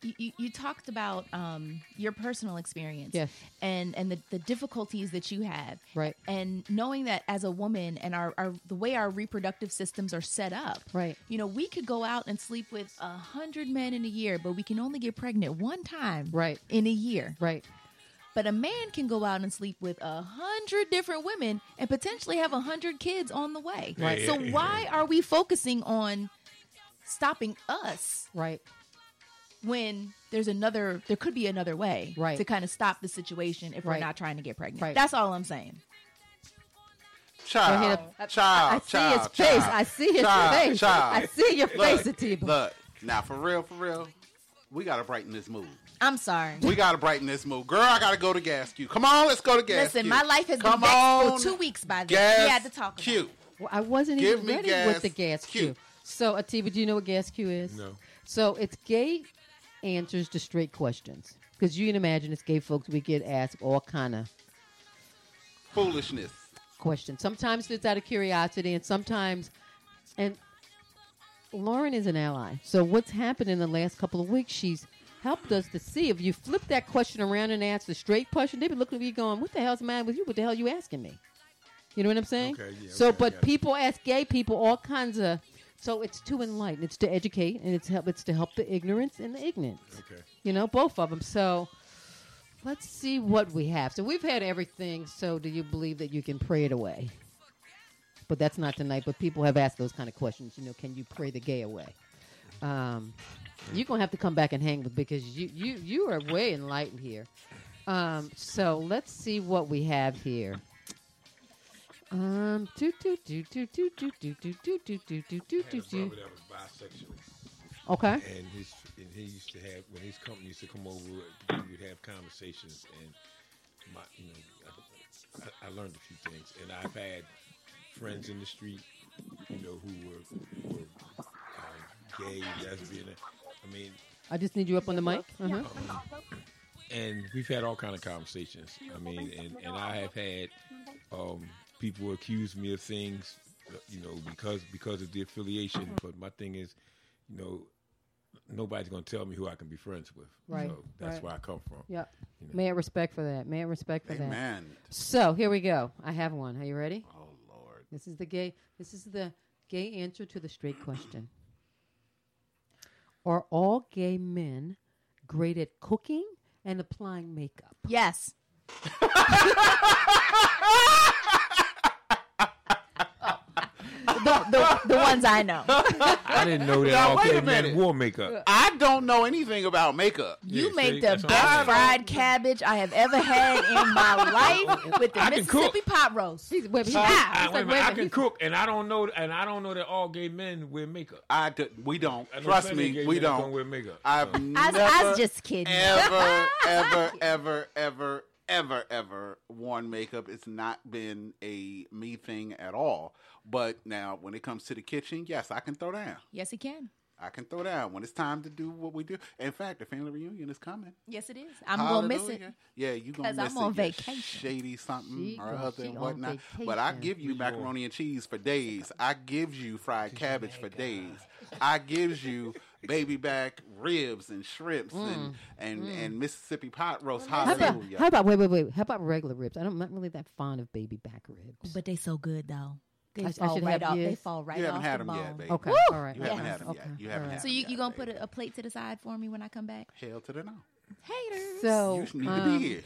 Speaker 4: you, you, you talked about um, your personal experience
Speaker 2: Yes.
Speaker 4: and and the, the difficulties that you had,
Speaker 2: Right.
Speaker 4: And knowing that as a woman and our, our the way our reproductive systems are set up,
Speaker 2: Right.
Speaker 4: You know, we could go out and sleep with a hundred men in a year, but we can only get pregnant one time,
Speaker 2: Right.
Speaker 4: In a year,
Speaker 2: Right.
Speaker 4: But a man can go out and sleep with a hundred different women and potentially have a hundred kids on the way.
Speaker 5: Right.
Speaker 4: So why are we focusing on stopping us
Speaker 2: Right.
Speaker 4: when there's another? There could be another way
Speaker 2: Right.
Speaker 4: to kind of stop the situation if
Speaker 2: Right.
Speaker 4: we're not trying to get pregnant.
Speaker 2: Right.
Speaker 4: That's all I'm saying.
Speaker 2: Go
Speaker 3: Child,
Speaker 2: ahead.
Speaker 3: child,
Speaker 2: I see
Speaker 3: child,
Speaker 2: his face.
Speaker 3: child.
Speaker 2: I see his
Speaker 3: Child,
Speaker 2: face.
Speaker 3: child.
Speaker 2: I see your
Speaker 3: Look,
Speaker 2: face, Atiba.
Speaker 3: Look, now for real, for real, we gotta brighten this mood.
Speaker 4: I'm sorry.
Speaker 3: We gotta brighten this mood, girl. I gotta go to gas Q. Come on, let's go to gas.
Speaker 4: Listen,
Speaker 3: Q.
Speaker 4: my life has
Speaker 3: Come
Speaker 4: been vexed
Speaker 3: on,
Speaker 4: for two weeks by this.
Speaker 3: Gas
Speaker 4: we had to talk. About
Speaker 3: Q.
Speaker 4: it.
Speaker 2: Well, I wasn't
Speaker 3: Give
Speaker 2: even
Speaker 3: me
Speaker 2: ready
Speaker 3: gas
Speaker 2: with the gas
Speaker 3: Q.
Speaker 2: cue. So, Atiba, do you know what gas cue is?
Speaker 5: No.
Speaker 2: So it's gay answers to straight questions because you can imagine as gay folks we get asked all kind of
Speaker 3: Foolishness.
Speaker 2: questions. Sometimes it's out of curiosity, and sometimes and Lauren is an ally. So what's happened in the last couple of weeks? She's helped us to see if you flip that question around and ask the straight question, they'd be looking at you going, "What the hell's the matter with you? What the hell are you asking me?" You know what I'm saying?
Speaker 5: Okay, yeah,
Speaker 2: so,
Speaker 5: okay,
Speaker 2: but
Speaker 5: yeah.
Speaker 2: people ask gay people all kinds of. So it's to enlighten, it's to educate, and it's help. It's to help the ignorance and the ignorant.
Speaker 5: Okay.
Speaker 2: You know, both of them. So let's see what we have. So we've had everything. So do you believe that you can pray it away? But that's not tonight. But people have asked those kind of questions. You know, can you pray the gay away? Um, you're gonna have to come back and hang with because you you you are way enlightened here. Um, so let's see what we have here. Um, do do do do do do do do do do do do do do
Speaker 5: Had a
Speaker 2: do.
Speaker 5: brother that was bisexual.
Speaker 2: Okay.
Speaker 5: and his and he used to have when his company used to come over, we would have conversations, and my you know I, I learned a few things, and I've had friends in the street, you know, who were, were um, gay, lesbian. I mean,
Speaker 2: I just need you up on the mic. Uh-huh.
Speaker 5: and we've had all kind of conversations. I mean, and, and I have had um, people accuse me of things, you know, because because of the affiliation. But my thing is, you know, nobody's gonna tell me who I can be friends with.
Speaker 2: Right,
Speaker 5: So that's
Speaker 2: right.
Speaker 5: where I come from.
Speaker 2: Yep.
Speaker 5: You know.
Speaker 2: May I respect for that. May I respect for that.
Speaker 3: Amen.
Speaker 2: So here we go. I have one. Are you ready?
Speaker 3: Oh Lord.
Speaker 2: This is the gay. This is the gay answer to the straight question. Are all gay men great at cooking and applying makeup?
Speaker 4: Yes. the, the, the ones I know.
Speaker 5: I didn't know that
Speaker 3: Now,
Speaker 5: all
Speaker 3: wait a
Speaker 5: gay men
Speaker 3: minute.
Speaker 5: wore makeup.
Speaker 3: I don't know anything about makeup.
Speaker 4: You
Speaker 5: Yeah,
Speaker 4: make
Speaker 5: see,
Speaker 4: the
Speaker 5: that's
Speaker 4: best
Speaker 5: what I'm saying.
Speaker 4: fried cabbage I have ever had in my life with the
Speaker 5: I can cook.
Speaker 4: Mississippi pot roast.
Speaker 2: He's, wait, he's,
Speaker 5: I,
Speaker 2: he's
Speaker 5: wait a
Speaker 2: like,
Speaker 5: minute,
Speaker 2: wait a
Speaker 5: I
Speaker 2: minute,
Speaker 5: can
Speaker 2: he's-
Speaker 5: cook, and I don't know, and I don't know that all gay men wear makeup.
Speaker 3: I d- we don't.
Speaker 5: I know
Speaker 3: Trust
Speaker 5: plenty of
Speaker 3: me,
Speaker 5: gay
Speaker 3: we
Speaker 5: men that
Speaker 3: don't.
Speaker 5: wear makeup.
Speaker 3: I've
Speaker 4: I,
Speaker 3: never,
Speaker 4: I was just kidding.
Speaker 3: ever, ever, ever, ever, ever, ever worn makeup. It's not been a me thing at all. But now, when it comes to the kitchen, yes, I can throw down.
Speaker 4: Yes, it can.
Speaker 3: I can throw down when it's time to do what we do. In fact, the family reunion is coming.
Speaker 4: Yes, it is. I'm going to miss it.
Speaker 3: Hallelujah. Yeah, you gonna
Speaker 4: 'Cause
Speaker 3: miss
Speaker 4: I'm on
Speaker 3: it. You
Speaker 4: vacation.
Speaker 3: Shady something
Speaker 2: She
Speaker 3: or
Speaker 2: gon-
Speaker 3: other
Speaker 2: she
Speaker 3: and
Speaker 2: on
Speaker 3: whatnot. But I
Speaker 2: vacation.
Speaker 3: give you
Speaker 5: We
Speaker 3: macaroni and cheese for days. I gives you fried cabbage for days. I gives you baby back ribs and shrimps and and, and Mississippi pot roast.
Speaker 2: Mm, How about,
Speaker 3: Hallelujah.
Speaker 2: how about wait wait wait? How about regular ribs? I don't, I'm not really that fond of baby back ribs.
Speaker 4: But they so good, though. They
Speaker 2: I- I
Speaker 4: fall
Speaker 2: should
Speaker 4: right
Speaker 2: have
Speaker 4: off. They
Speaker 2: his.
Speaker 4: fall right
Speaker 3: you
Speaker 4: off
Speaker 3: haven't had
Speaker 4: the
Speaker 3: them
Speaker 4: bone.
Speaker 3: yet, baby.
Speaker 2: okay, all right.
Speaker 3: You
Speaker 2: all
Speaker 3: haven't
Speaker 2: right,
Speaker 3: had them
Speaker 2: okay,
Speaker 3: yet. You
Speaker 2: all
Speaker 3: haven't
Speaker 2: right.
Speaker 3: had
Speaker 4: So
Speaker 3: them
Speaker 4: you,
Speaker 3: yet,
Speaker 4: you going to
Speaker 3: baby.
Speaker 4: put a, a plate to the side for me when I come back?
Speaker 3: Hell to the no.
Speaker 4: Haters.
Speaker 2: So
Speaker 3: You should need to
Speaker 2: um,
Speaker 3: be here.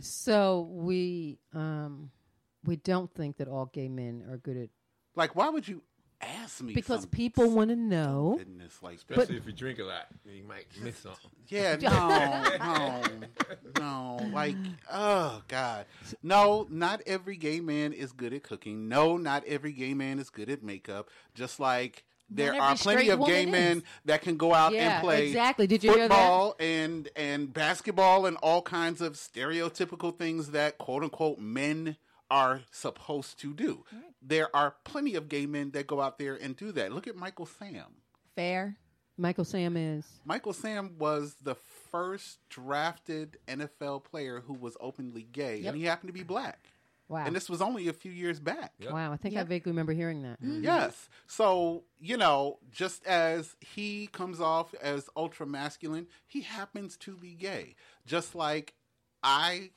Speaker 2: So we um we don't think that all gay men are good at
Speaker 3: Like, why would you ask me?
Speaker 2: because
Speaker 3: some
Speaker 2: people want to know.
Speaker 3: goodness like that?
Speaker 5: Especially if you drink a lot, you might miss something.
Speaker 3: Yeah, no, no, no. Like, oh God, no. Not every gay man is good at cooking. No, not every gay man is good at makeup. Just like there
Speaker 4: every
Speaker 3: are plenty
Speaker 4: straight
Speaker 3: of gay
Speaker 4: woman
Speaker 3: men
Speaker 4: is.
Speaker 3: that can go out
Speaker 2: Yeah,
Speaker 3: and play
Speaker 2: exactly. Did you hear that?
Speaker 3: football and and basketball and all kinds of stereotypical things that quote unquote men are supposed to do. There are plenty of gay men that go out there and do that. Look at Michael Sam.
Speaker 4: Fair.
Speaker 2: Michael Sam is
Speaker 3: Michael Sam was the first drafted NFL player who was openly gay, and he happened to be black.
Speaker 2: wow.
Speaker 3: And this was only a few years back.
Speaker 5: Yep.
Speaker 2: Wow, I think I
Speaker 4: Yep. Mm-hmm.
Speaker 2: vaguely remember hearing that.
Speaker 3: Yes. So, you know, just as he comes off as ultra masculine, he happens to be gay. Just like I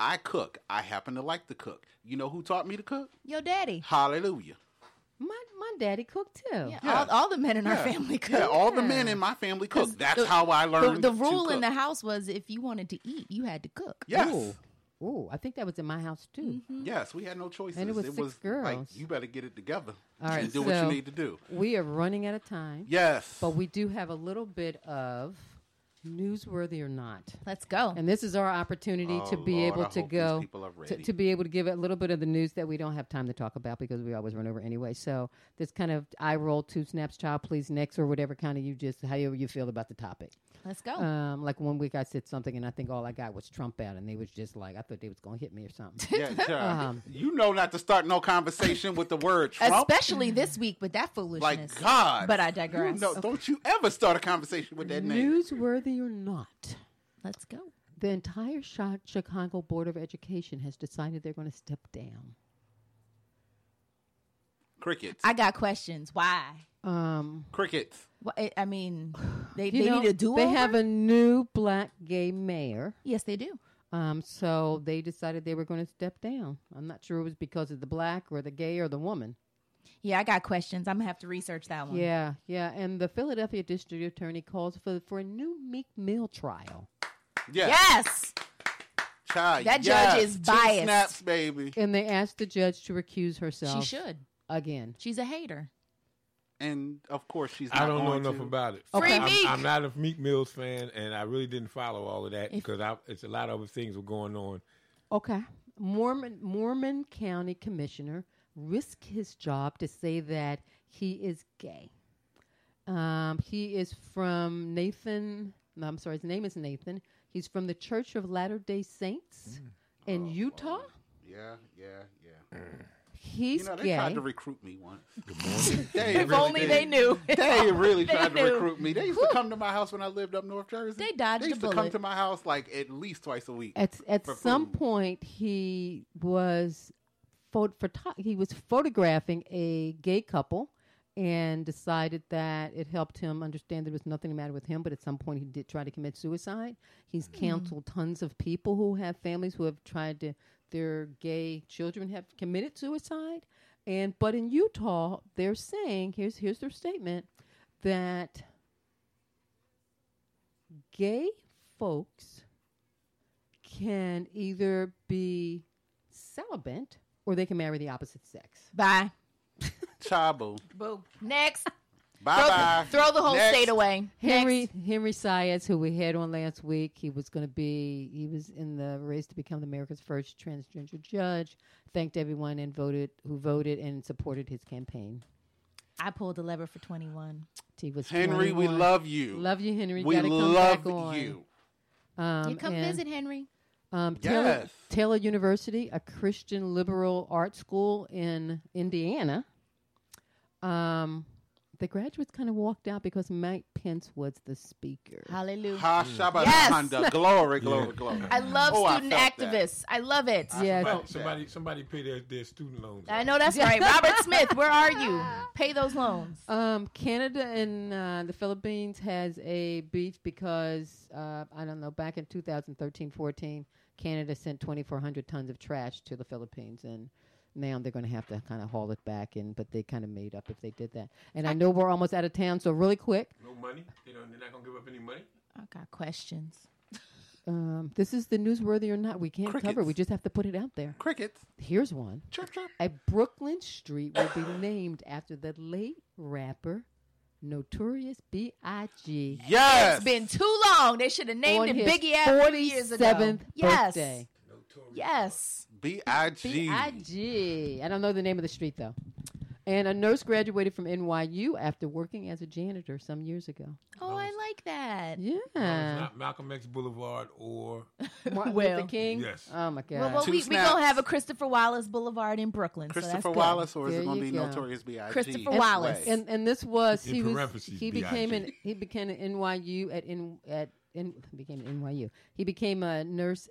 Speaker 3: I cook. I happen to like to cook. You know who taught me to cook?
Speaker 4: Your daddy.
Speaker 3: Hallelujah.
Speaker 2: My my daddy cooked too.
Speaker 4: Yeah,
Speaker 3: Yeah.
Speaker 4: All, all the men in our
Speaker 3: Yeah.
Speaker 4: family cook.
Speaker 3: Yeah, all the
Speaker 2: Yeah.
Speaker 3: men in my family cook.
Speaker 4: 'Cause
Speaker 3: That's
Speaker 4: the-
Speaker 3: how I
Speaker 4: the,
Speaker 3: learned.
Speaker 4: the
Speaker 3: to
Speaker 4: rule in
Speaker 3: cook.
Speaker 4: the house was if you wanted to eat, you had to cook.
Speaker 3: Yes.
Speaker 2: Ooh. Ooh, I think that was in my house too.
Speaker 4: Mm-hmm.
Speaker 3: Yes, we had no choices.
Speaker 2: And it was six
Speaker 3: like
Speaker 2: girls.
Speaker 3: you better get it together
Speaker 2: All right,
Speaker 3: and do what you
Speaker 2: so-
Speaker 3: need to do.
Speaker 2: We are running out of time,
Speaker 3: Yes,
Speaker 2: but we do have a little bit of newsworthy or not.
Speaker 4: Let's go.
Speaker 2: And this is our opportunity to
Speaker 3: Oh,
Speaker 2: be
Speaker 3: Lord,
Speaker 2: able
Speaker 3: I
Speaker 2: to
Speaker 3: hope these
Speaker 2: go
Speaker 3: people are
Speaker 2: to,
Speaker 3: ready.
Speaker 2: to be able to give a little bit of the news that we don't have time to talk about because we always run over anyway. So this kind of eye roll, two snaps, child, please next or whatever kind of you just however you feel about the topic.
Speaker 4: Let's go.
Speaker 2: Um, like one week I said something and I think all I got was Trump out and they was just like I thought they was gonna hit me or something.
Speaker 3: yeah, yeah.
Speaker 2: Um,
Speaker 3: you know not to start no conversation with the word Trump.
Speaker 4: Especially this week with that foolishness.
Speaker 3: like God,
Speaker 4: But I
Speaker 3: You
Speaker 4: digress.
Speaker 3: know- Don't you ever start a conversation with that name?
Speaker 2: Newsworthy or not,
Speaker 4: Let's go.
Speaker 2: the entire Chi- Chicago Board of Education has decided they're going to step down.
Speaker 3: Crickets,
Speaker 4: I got questions. Why?
Speaker 2: Um,
Speaker 3: crickets.
Speaker 4: Why- I- I mean, they,
Speaker 2: you
Speaker 4: they
Speaker 2: know,
Speaker 4: need a do
Speaker 2: They have a new black gay mayor,
Speaker 4: Yes, they do.
Speaker 2: um, so they decided they were going to step down. I'm not sure it was because of the black or the gay or the woman.
Speaker 4: Yeah, I got questions. I'm going to have to research that one.
Speaker 2: Yeah, yeah. And the Philadelphia District Attorney calls for for a new Meek Mill trial.
Speaker 3: Yeah,
Speaker 4: Yes.
Speaker 3: child.
Speaker 4: That judge
Speaker 3: yes.
Speaker 4: is
Speaker 3: Two
Speaker 4: biased.
Speaker 3: snaps, baby.
Speaker 2: And they asked the judge to recuse
Speaker 4: She
Speaker 2: herself.
Speaker 4: should.
Speaker 2: again.
Speaker 4: She's a hater.
Speaker 3: And of course, she's. Not
Speaker 5: I don't know
Speaker 3: going
Speaker 5: enough
Speaker 3: to.
Speaker 5: about it.
Speaker 2: Free
Speaker 5: I'm,
Speaker 4: Meek!
Speaker 5: I'm not a Meek Mills fan, and I really didn't follow all of that
Speaker 4: If-
Speaker 5: because I, it's a lot of other things were going on.
Speaker 2: Okay. Mormon Mormon County Commissioner risked his job to say that he is gay. Um, he is from Nathan. No, I'm sorry, his name is Nathan. He's from the
Speaker 3: Mm. Oh,
Speaker 2: Church of Latter Day Saints in Utah.
Speaker 3: Yeah, yeah, yeah.
Speaker 2: he's
Speaker 3: you know, they
Speaker 2: gay.
Speaker 3: tried to recruit me once.
Speaker 5: Good morning.
Speaker 3: They
Speaker 4: If
Speaker 3: really
Speaker 4: only
Speaker 3: did.
Speaker 4: they knew.
Speaker 3: They really
Speaker 4: They
Speaker 3: tried to
Speaker 4: knew.
Speaker 3: recruit me. They used to come to my house when I lived up North Jersey.
Speaker 4: They dodged a
Speaker 3: used to come
Speaker 4: bullet.
Speaker 3: to my house like at least twice a week.
Speaker 2: at at
Speaker 3: for
Speaker 2: some
Speaker 3: food.
Speaker 2: point he was phot- photo- he was photographing a gay couple and decided that it helped him understand there was nothing the matter with him but at some point he did try to commit suicide he's counseled tons of people who have families who have tried to their gay children have committed suicide and but in utah they're saying here's here's their statement that gay folks can either be celibate or they can marry the opposite sex.
Speaker 4: Bye.
Speaker 3: Chabu.
Speaker 4: Boo. Next. Throw,
Speaker 3: Bye bye.
Speaker 4: throw the whole
Speaker 3: Next.
Speaker 4: state away.
Speaker 2: Henry
Speaker 4: Next.
Speaker 2: Henry Sias, who we had on last week, he was going to be he was in the race to become America's first transgender judge. Thanked everyone and voted who voted and supported his campaign.
Speaker 4: I pulled the lever for 21.
Speaker 2: He was
Speaker 3: Henry, we
Speaker 2: 21.
Speaker 3: love you.
Speaker 2: love you, Henry.
Speaker 3: we
Speaker 2: Gotta come
Speaker 3: love
Speaker 2: back on.
Speaker 3: you.
Speaker 2: Um,
Speaker 4: you come
Speaker 2: and-
Speaker 4: visit, Henry.
Speaker 2: Um, Taylor,
Speaker 3: Yes.
Speaker 2: Taylor University, a Christian liberal art school in Indiana. Um, the graduates kind of walked out because Mike Pence was the speaker.
Speaker 4: Hallelujah.
Speaker 3: Ha
Speaker 2: Mm.
Speaker 3: Shabbat
Speaker 4: Yes.
Speaker 3: Honda. Glory, glory,
Speaker 5: Yeah.
Speaker 3: glory.
Speaker 4: I love
Speaker 3: Oh, I
Speaker 4: student
Speaker 3: felt that.
Speaker 4: activists. I love it.
Speaker 2: Yeah.
Speaker 5: Somebody, somebody, somebody pay their, their student loans.
Speaker 4: I know that's right. Robert Smith, where are you? Pay those loans.
Speaker 2: Um, Canada and uh, the Philippines has a beach because uh, I don't know. Back in 2013-14, Canada sent 2,400 tons of trash to the Philippines, and now they're going to have to kind of haul it back. And but they kind of made up if they did that. And I know we're almost out of town, so really quick.
Speaker 5: No money. They don't, they're not gonna give up any money.
Speaker 4: I got questions.
Speaker 2: Um, this is the newsworthy or not. We can't cover. it. We
Speaker 3: Crickets.
Speaker 2: just have to put it out there.
Speaker 3: Crickets.
Speaker 2: Here's one.
Speaker 3: Chirp, chirp.
Speaker 2: A Brooklyn street will be named after the late rapper Notorious B.I.G.
Speaker 3: Yes.
Speaker 4: It's been too long. They should have
Speaker 2: on
Speaker 4: named him
Speaker 2: his
Speaker 4: Biggie App 40 years ago.
Speaker 2: 47th
Speaker 4: Yes.
Speaker 2: birthday.
Speaker 4: Yes.
Speaker 3: B-I-G.
Speaker 2: B.I.G. I don't know the name of the street though. And a nurse graduated from NYU after working as a janitor some years ago.
Speaker 4: Oh, I like that.
Speaker 5: Well, it's
Speaker 2: Yeah.
Speaker 5: not Malcolm X Boulevard or
Speaker 2: Martin
Speaker 4: Well.
Speaker 2: Luther King.
Speaker 5: Yes.
Speaker 2: Oh my God.
Speaker 4: Well, well
Speaker 3: Two
Speaker 4: we, we
Speaker 3: snaps.
Speaker 4: gonna have a Christopher Wallace Boulevard in Brooklyn. so that's
Speaker 3: Christopher
Speaker 4: good.
Speaker 3: Wallace, or is
Speaker 2: There
Speaker 3: it going
Speaker 2: you
Speaker 3: to be
Speaker 2: go.
Speaker 3: Notorious B.I.G.?
Speaker 4: Christopher
Speaker 3: Way.
Speaker 4: Wallace.
Speaker 2: And and this was
Speaker 5: In
Speaker 2: he was
Speaker 5: parentheses,
Speaker 2: he became an
Speaker 5: B.I.G..
Speaker 2: he became an NYU at in at in became an NYU. He became a nurse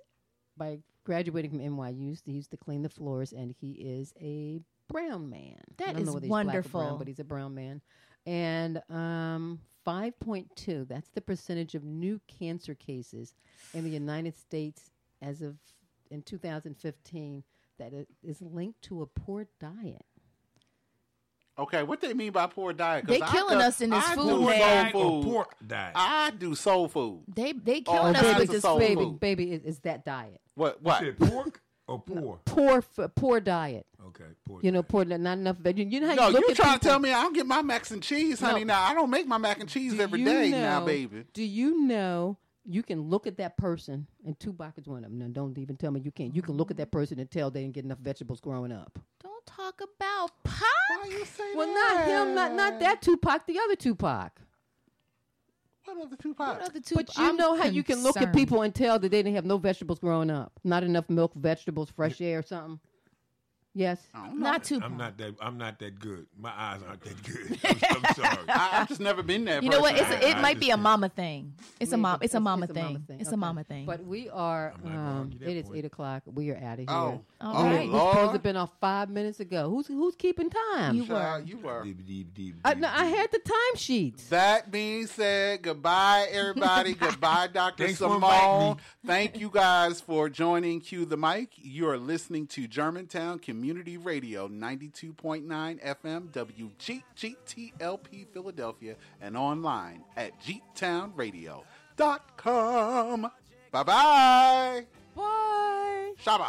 Speaker 2: by graduating from NYU. He used to clean the floors, and he is a brown man.
Speaker 4: That
Speaker 2: I don't know
Speaker 4: is
Speaker 2: whether he's black or brown,
Speaker 4: wonderful.
Speaker 2: but he's a brown man. And um, five point two. That's the percentage of new cancer cases in the United States as of in 2015 that it is linked to a poor diet.
Speaker 3: Okay, what they mean by poor diet? 'Cause
Speaker 4: They killing
Speaker 3: do-
Speaker 4: us in this
Speaker 3: I
Speaker 4: food
Speaker 3: do
Speaker 4: Pork
Speaker 5: died
Speaker 3: soul
Speaker 5: or
Speaker 3: food.
Speaker 5: pork died.
Speaker 3: I do soul food.
Speaker 4: They they
Speaker 3: Oh,
Speaker 4: killed
Speaker 3: okay.
Speaker 4: us
Speaker 3: That's
Speaker 4: with
Speaker 3: a
Speaker 4: this
Speaker 3: soul
Speaker 2: baby,
Speaker 3: food.
Speaker 2: baby, is, is that diet?
Speaker 3: What?
Speaker 5: You
Speaker 3: What?
Speaker 5: said pork or poor?
Speaker 2: poor f- poor diet.
Speaker 5: Okay, poor.
Speaker 2: You know,
Speaker 5: died.
Speaker 2: poor not enough veg. You know how
Speaker 3: No,
Speaker 2: you look
Speaker 3: you
Speaker 2: at
Speaker 3: trying to
Speaker 2: people-
Speaker 3: tell me I don't get my mac and cheese, honey?
Speaker 2: No.
Speaker 3: Now I don't make my mac and cheese
Speaker 2: Do
Speaker 3: every
Speaker 2: you
Speaker 3: day, now,
Speaker 2: know-
Speaker 3: baby.
Speaker 2: Do you know you can look at that person and two buckets one of them? No, don't even tell me you can't. You can look at that person and tell they didn't get enough vegetables growing up.
Speaker 4: Don't talk about pop.
Speaker 3: Why you say
Speaker 2: Well, not
Speaker 3: that?
Speaker 2: him, not not that Tupac, the other Tupac.
Speaker 3: What of the Tupac?
Speaker 4: What are the two-
Speaker 2: But you
Speaker 4: I'm
Speaker 2: know how you can look at
Speaker 4: concerned.
Speaker 2: people and tell that they didn't have no vegetables growing up, not enough milk, vegetables, fresh air, or something. Yes.
Speaker 3: I don't know.
Speaker 4: Not too.
Speaker 5: I'm not that. I'm not that good. My eyes aren't that good. I'm, I'm sorry.
Speaker 3: I, I've just never been there.
Speaker 4: You know what? It's
Speaker 5: I-
Speaker 4: it
Speaker 5: I
Speaker 4: might be a
Speaker 5: understand.
Speaker 4: mama thing. It's a
Speaker 2: Maybe.
Speaker 4: mom. It's a mama
Speaker 2: mama
Speaker 4: thing. It's
Speaker 2: Okay.
Speaker 4: a mama thing.
Speaker 2: But we are.
Speaker 5: I'm not gonna
Speaker 2: Um,
Speaker 5: argue that
Speaker 2: it is
Speaker 5: point.
Speaker 2: eight o'clock. We are out of here.
Speaker 3: Oh, oh,
Speaker 4: All right.
Speaker 2: This supposed to
Speaker 3: Lord.
Speaker 2: have been off five minutes ago. Who's who's keeping time?
Speaker 4: You-
Speaker 3: Child, you were.
Speaker 5: Deep, deep, deep,
Speaker 2: I,
Speaker 5: deep,
Speaker 2: no, I
Speaker 5: deep.
Speaker 2: had the time sheets.
Speaker 3: That being said, goodbye, everybody. goodbye, Dr.
Speaker 5: Thanks for
Speaker 3: Simone.
Speaker 5: inviting
Speaker 3: Thank you guys for joining Cue the Mic. You are listening to Germantown Community Radio, 92.9 FM, WGGTLP Philadelphia, and online at geektownradio.com. Bye bye.
Speaker 2: Bye.
Speaker 3: Shabba.